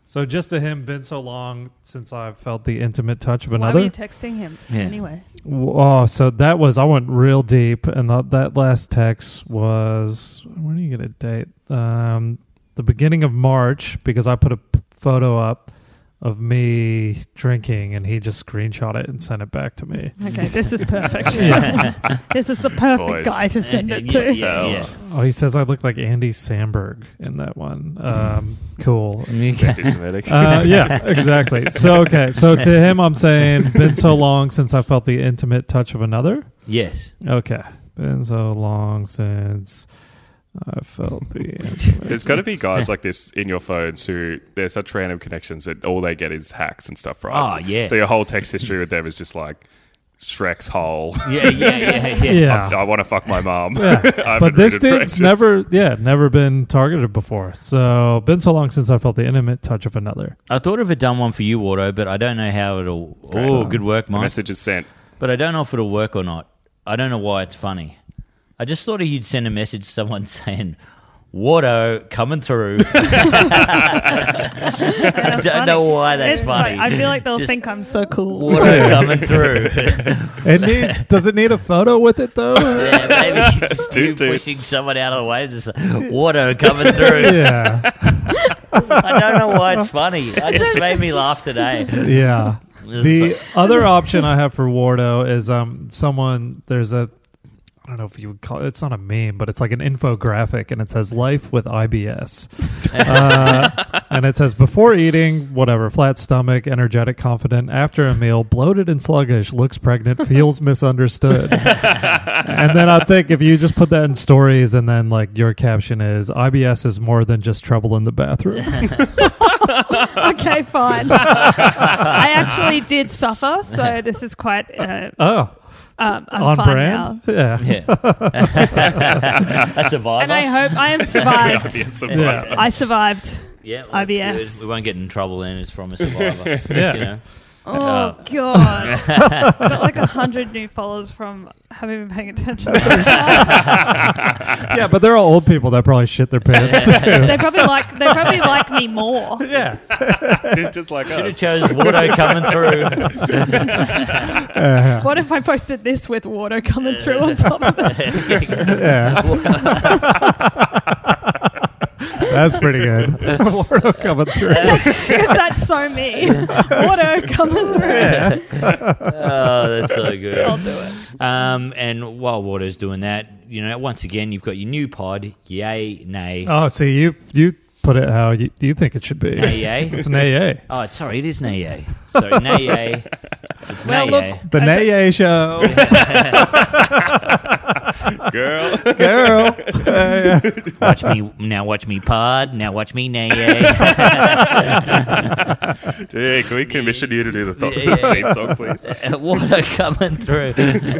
S2: So just to him, been so long since I've felt the intimate touch of
S4: Why were you
S2: another.
S4: texting him
S3: Yeah.
S4: anyway?
S2: oh, so that was I went real deep, and that that last text was when are you gonna date? Um, the beginning of March because I put a p- photo up of me drinking, and he just screenshot it and sent it back to me.
S4: Okay, this is perfect.
S2: Yeah.
S4: [LAUGHS] this is the perfect
S5: Boys.
S4: guy to send it
S3: Uh, [LAUGHS] Yeah,
S4: to.
S3: yeah, yeah.
S2: Oh, he says I look like Andy Samberg in that one. Um, cool.
S5: Anti-Semitic.
S2: Uh, yeah, exactly. So okay, so to [LAUGHS] him, I'm saying, been so long since I felt the intimate touch of another.
S3: [LAUGHS] Yes.
S2: Okay, been so long since I felt [LAUGHS] the intimate.
S5: There's got to be guys like this in your phones who they're such random connections that all they get is hacks and stuff, right?
S3: Ah,
S5: So-
S3: yeah.
S5: So your whole text history with them is just like Shrek's hole.
S3: [LAUGHS]
S5: [LAUGHS]
S3: Yeah, yeah, yeah, yeah.
S2: yeah.
S5: I want to fuck my mom.
S2: Yeah. but this dude's never, yeah, never been targeted before. So been so long since I felt the intimate touch of another.
S3: I thought of a dumb one for you, Auto, but I don't know how it'll. Oh, good work,
S5: The
S3: Mike.
S5: message is
S3: [LAUGHS]
S5: sent.
S3: But I don't know if it'll work or not. I don't know why it's funny. I just thought you'd send a message to someone [LAUGHS] saying, Wardo coming through. [LAUGHS] I don't know why that's
S4: It's
S3: funny.
S4: like- I feel like they'll
S3: Just-
S4: think I'm so cool.
S3: Wardo coming through.
S2: It needs. does it need a photo with it though? [LAUGHS]
S3: yeah, [LAUGHS] maybe just you
S5: Toot toot.
S3: pushing someone out of the way. Just Wardo
S4: [LAUGHS]
S3: coming through.
S2: yeah.
S3: I don't know why
S4: [LAUGHS]
S3: it's funny. It just made me laugh today.
S2: Yeah.
S3: It's
S2: the
S3: like-
S2: [LAUGHS] other option I have for Wardo is um someone there's a I don't know if you would call it, it's not a meme, but it's like an infographic and it says life with IBS. uh, and it says before eating, whatever, flat stomach, energetic, confident, after a meal, bloated and sluggish, looks pregnant, feels
S3: [LAUGHS]
S2: misunderstood. and then I think if you just put that in stories and then like your caption is IBS is more than just trouble in the bathroom.
S4: [LAUGHS] okay,
S3: [LAUGHS]
S4: fine. I actually did suffer, so this is quite. Uh,
S2: oh,
S4: um, I'm
S2: on
S4: fine
S2: brand?
S4: now.
S2: [LAUGHS]
S4: [LAUGHS]
S2: Yeah.
S3: Yeah. [LAUGHS] a survivor.
S4: And I hope I
S3: [LAUGHS]
S4: am survived.
S5: Yes, I'm like,
S2: Yeah.
S4: I survived.
S3: Yeah, well, that's
S4: IBS.
S3: good. We won't get in trouble then. It's from
S4: [LAUGHS]
S3: a survivor.
S2: Yeah.
S3: You know?
S4: Oh god!
S3: [LAUGHS]
S4: Got like a hundred new followers from having been paying
S3: [LAUGHS]
S4: attention.
S2: yeah, but they're all old people that probably shit their
S3: [LAUGHS]
S2: pants too.
S4: they probably like they probably like me more.
S2: [LAUGHS] yeah.
S5: Just- just like
S3: Should have
S5: us.
S3: chose Wardo coming
S5: [LAUGHS]
S3: through.
S4: What if I posted this with water coming through on top of it?
S2: Yeah. That's pretty good.
S3: [LAUGHS]
S2: Lordo coming through.
S4: Because that's so
S3: [LAUGHS]
S4: me. Water coming through.
S3: [LAUGHS] oh, that's so good.
S4: I'll do it.
S3: Um, and while Water's doing that, you know, once again, you've got your new pod, yay, nay,
S2: Oh, see, you you put it how you, you think it should be.
S3: nay, yay.
S2: It's an AA.
S3: Oh, sorry, it is nay, yay. Sorry, nay, yay. It's
S4: Well,
S3: nay,
S4: look-
S3: yay.
S2: The Nay
S3: [LAUGHS]
S2: show.
S5: Girl. [LAUGHS]
S2: Girl.
S3: Watch me, now watch me pod, now watch me nay,
S4: [LAUGHS]
S3: yay. [LAUGHS]
S5: Yeah, can we commission you to do the th-
S3: Yeah, yeah.
S5: theme song,
S3: [LAUGHS]
S5: please?
S3: Water coming through.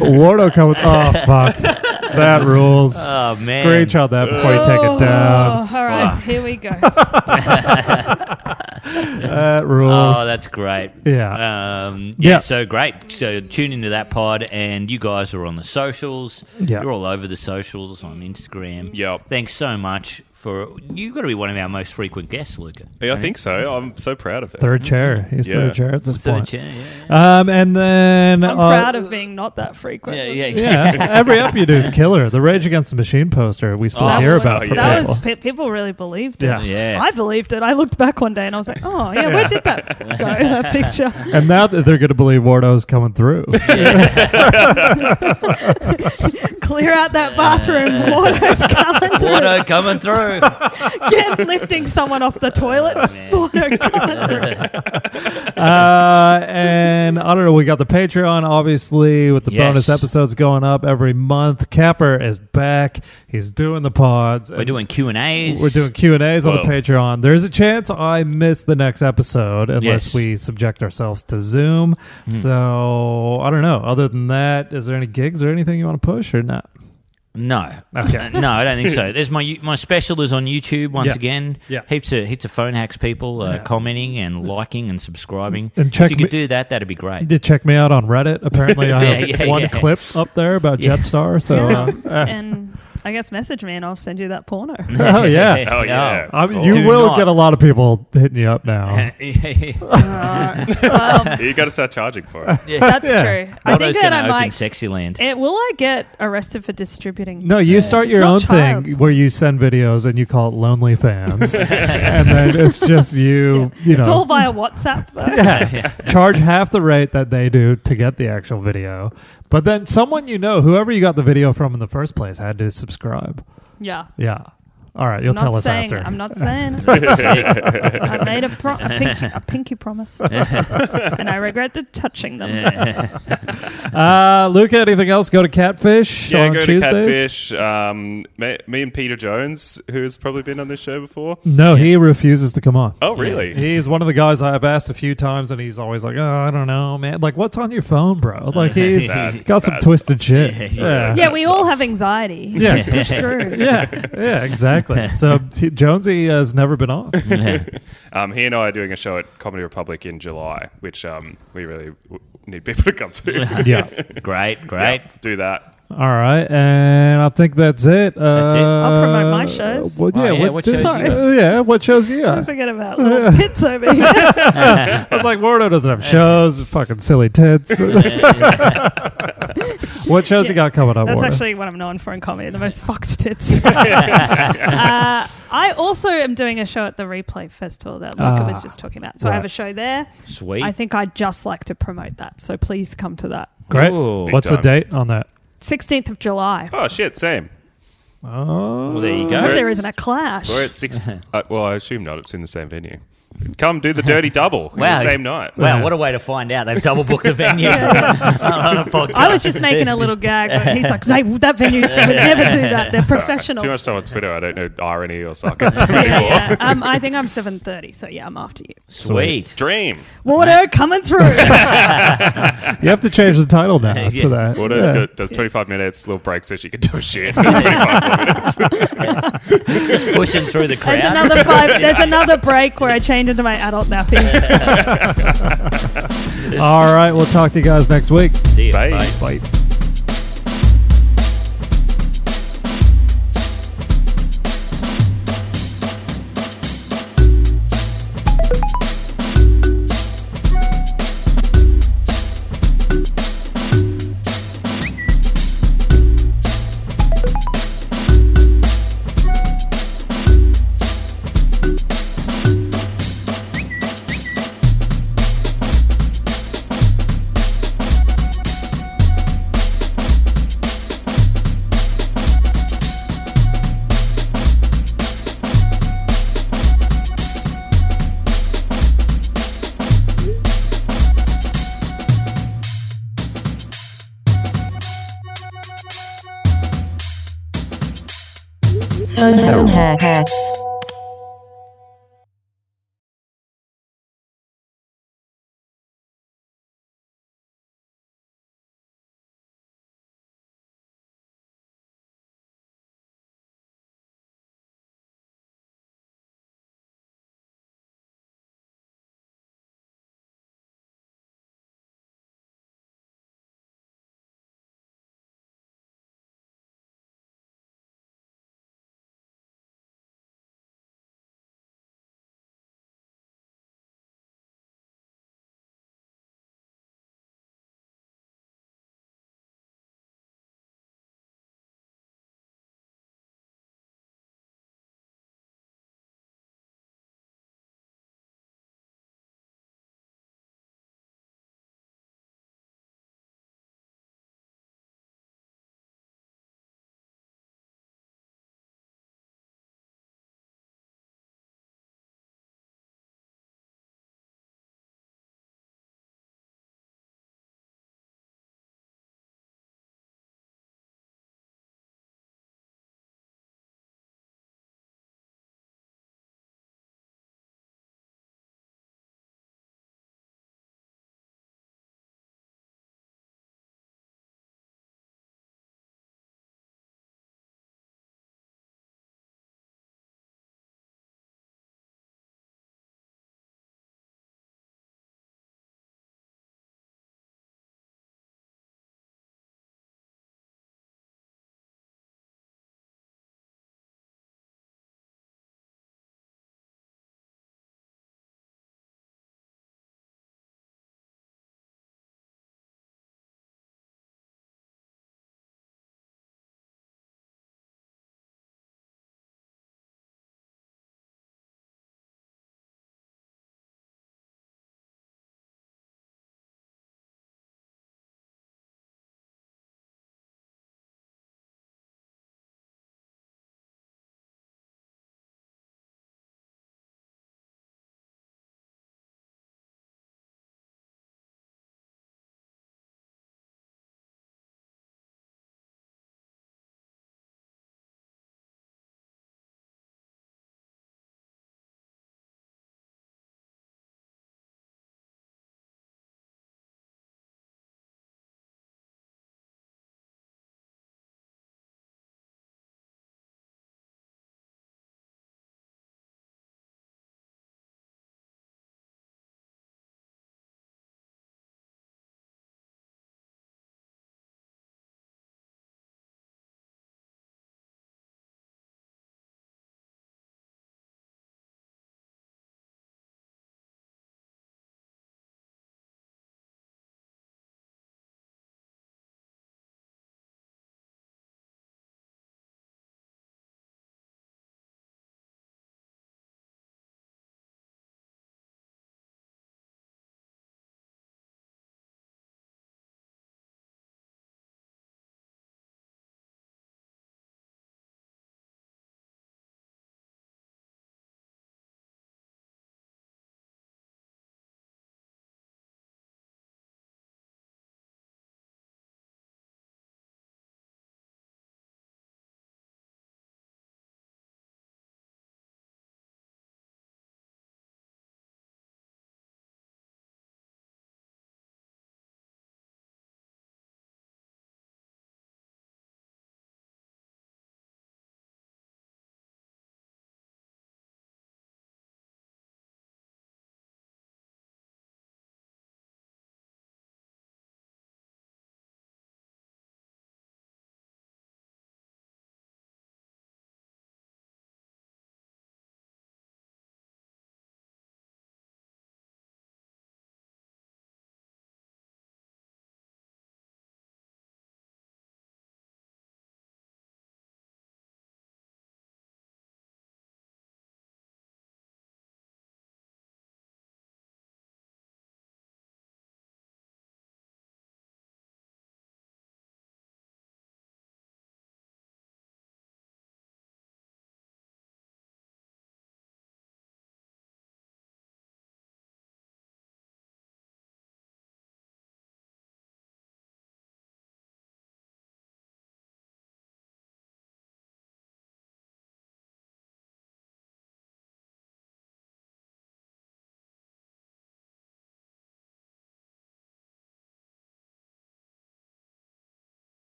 S2: Wardo comes. Oh, fuck. That rules.
S3: Oh, man.
S2: Screenshot that before you take it down.
S4: Oh, all right,
S3: Fuck.
S4: here we
S2: [LAUGHS]
S4: go.
S2: That rules.
S3: Oh, that's great.
S2: Yeah.
S3: Um,
S2: Uh,
S3: yeah,
S2: Yeah.
S3: So great. So tune into that pod, and you guys are on the socials.
S2: Yeah.
S3: You're all over the socials on Instagram.
S5: Yep.
S3: Thanks so much for. You've got to be one of our most frequent guests, Luca.
S5: Yeah, I think so. I'm so proud of it.
S2: Third chair. He's
S5: Yeah.
S2: third chair at this
S3: So,
S2: point.
S3: yeah, yeah.
S2: Um, and then
S4: I'm
S2: uh,
S4: proud of being not that frequent.
S3: Yeah,
S2: [LAUGHS]
S3: yeah,
S2: Yeah, every up you do is killer. The Rage Against the Machine poster we still
S3: Oh,
S4: That
S2: hear
S4: was,
S2: about.
S5: yeah.
S2: from
S4: that
S2: people.
S4: was pe- people really believed it.
S2: Yeah.
S3: [LAUGHS] Yeah.
S4: I believed it. I looked back one day and I was like, oh yeah, where did that go?
S3: [LAUGHS]
S4: That picture.
S2: and now that they're going to believe Wardo's coming
S3: [LAUGHS]
S2: through.
S4: Clear out that bathroom. Water's coming through.
S3: Water coming through. [LAUGHS]
S4: Get lifting someone off the toilet.
S3: Oh, [LAUGHS]
S4: Water coming through.
S2: uh, and I don't know. We got the Patreon, obviously, with the
S3: Yes.
S2: bonus episodes going up every month. Capper is back. He's doing the pods.
S3: We're doing Q and A's.
S2: We're doing Q and A's on the
S5: Whoa.
S2: Patreon. There's a chance I miss the next episode unless
S3: Yes. Hmm.
S2: we subject ourselves to Zoom. So I don't know. Other than that, is there any gigs or anything you want to push or not?
S3: No.
S2: Okay.
S3: Uh, no, I don't think so. There's my my special is on YouTube once
S2: Yeah.
S3: again.
S2: Yeah.
S3: Heaps of heaps of phone hacks people uh,
S2: Yeah.
S3: commenting and liking and subscribing.
S2: And check
S3: if you could
S2: me-
S3: do that, that'd be great.
S2: Did check me out on Reddit. Apparently,
S3: [LAUGHS]
S2: I have
S3: Yeah, yeah,
S2: one
S3: yeah.
S2: clip up there about
S3: Yeah.
S2: Jetstar. So uh,
S4: and I guess message me and I'll send you that porno. [LAUGHS]
S2: [LAUGHS] Oh, yeah.
S3: [LAUGHS]
S5: Oh, yeah.
S2: I mean,
S5: Cool.
S2: you
S3: Do
S2: will
S3: not-
S2: get a lot of people hitting you up
S3: [LAUGHS]
S2: now.
S3: yeah.
S4: Um,
S5: You got to start charging for
S2: [LAUGHS]
S5: it.
S4: that's
S2: Yeah.
S4: true. I
S3: Otto's
S4: think that
S3: going to
S4: I
S3: open
S4: might.
S3: Sexyland.
S4: It, Eh, will I get arrested for distributing?
S2: No, you start
S4: It's
S2: your
S4: not
S2: own
S4: child.
S2: thing where you send videos and you call it Lonely
S3: [LAUGHS]
S2: Fans, and then it's just you. You know,
S4: It's all via
S2: [LAUGHS]
S4: WhatsApp
S5: [LAUGHS]
S4: though.
S2: yeah. charge half the rate that they do to get the actual video. But then someone you know, whoever you got the video from in the first place, had to subscribe.
S4: Yeah.
S2: Yeah. All right, you'll
S4: I'm not
S2: tell us
S4: saying,
S2: after.
S4: I'm
S2: [LAUGHS]
S4: not saying. I made a, pro- a, pinky, a pinky
S2: [LAUGHS]
S4: promise, and I regretted touching them.
S2: uh, Luca, anything else? Go to Catfish
S5: Yeah,
S2: on
S5: go
S2: Tuesdays.
S5: to Catfish. Um, me, me and Peter Jones, who's probably been on this show before.
S2: No, he refuses to come on.
S5: Oh, really?
S2: He's one of the guys I've asked a few times, and he's always like, "Oh, I don't know, man. Like, what's on your phone, bro?
S5: [LAUGHS]
S2: Like, he's
S5: That-
S2: got some
S5: that's-
S2: twisted
S5: [LAUGHS]
S2: shit."
S5: Yeah.
S4: [LAUGHS] Yeah, we all have anxiety.
S2: Yeah.
S4: It's pushed through.
S2: [LAUGHS] yeah, yeah,
S3: [LAUGHS]
S2: exactly. So t- Jonesy has never been on.
S3: Mm-hmm.
S5: Um, he and I are doing a show at Comedy Republic in July, which um, we really w- need people to come [LAUGHS] to.
S2: Yeah.
S3: Great, great.
S5: Yeah, do that.
S2: All right, and I think that's it.
S3: it.
S4: I'll promote my
S2: Uh,
S4: shows.
S2: Well, yeah,
S3: Oh, yeah,
S2: what,
S3: what
S2: this-
S3: shows
S4: you got?
S2: uh, yeah, what shows
S4: [LAUGHS]
S2: you
S4: Don't
S2: got?
S4: forget about little tits over here.
S2: [LAUGHS] I was like, Wardo doesn't have shows. Fucking silly tits. what shows you got coming up,
S4: That's
S2: Wardo?
S4: actually what I'm known for in comedy, the most fucked
S2: [LAUGHS]
S4: tits. [LAUGHS] uh, I also am doing a show at the Replay Festival that Luca
S2: Ah,
S4: was just talking about. So I
S2: right.
S4: have a show there.
S3: Sweet.
S4: I think I'd just like to promote that. So please come to that.
S2: Great.
S3: Ooh.
S2: What's the
S5: Big
S2: date on that?
S4: 16th of July.
S5: Oh, shit, same.
S2: Oh,
S3: Well, there you
S4: I
S3: go.
S4: hope there
S5: it's-
S4: isn't a clash.
S5: We're
S3: [LAUGHS]
S5: at six. uh, well, I assume not. It's in the same venue. Come do the dirty double on
S3: Wow.
S5: the same night.
S3: Wow, what a way to find out. They've double booked the venue [LAUGHS] on a podcast.
S4: I was just making a little gag, but he's like, they, that venue would never do that. They're professional.
S5: Too much time on Twitter. I don't know irony
S3: [LAUGHS]
S5: or sarcasm
S4: Yeah,
S5: anymore.
S4: yeah. Um, I think I'm 7.30, so yeah, I'm after you.
S3: Sweet.
S5: Dream.
S4: Water coming through.
S2: you have to change the title now
S3: [LAUGHS] Yeah.
S2: to that.
S5: Well, does,
S2: Yeah.
S5: does 25 minutes, little break so she can do a shit. 25 minutes.
S3: Just pushing through the crowd.
S4: There's another five. There's another break where I change into my adult
S3: [LAUGHS]
S4: nappy.
S5: [LAUGHS]
S2: All right, we'll talk to you guys next week.
S3: See you.
S5: Bye.
S3: Bye.
S2: Bye.
S1: hacks.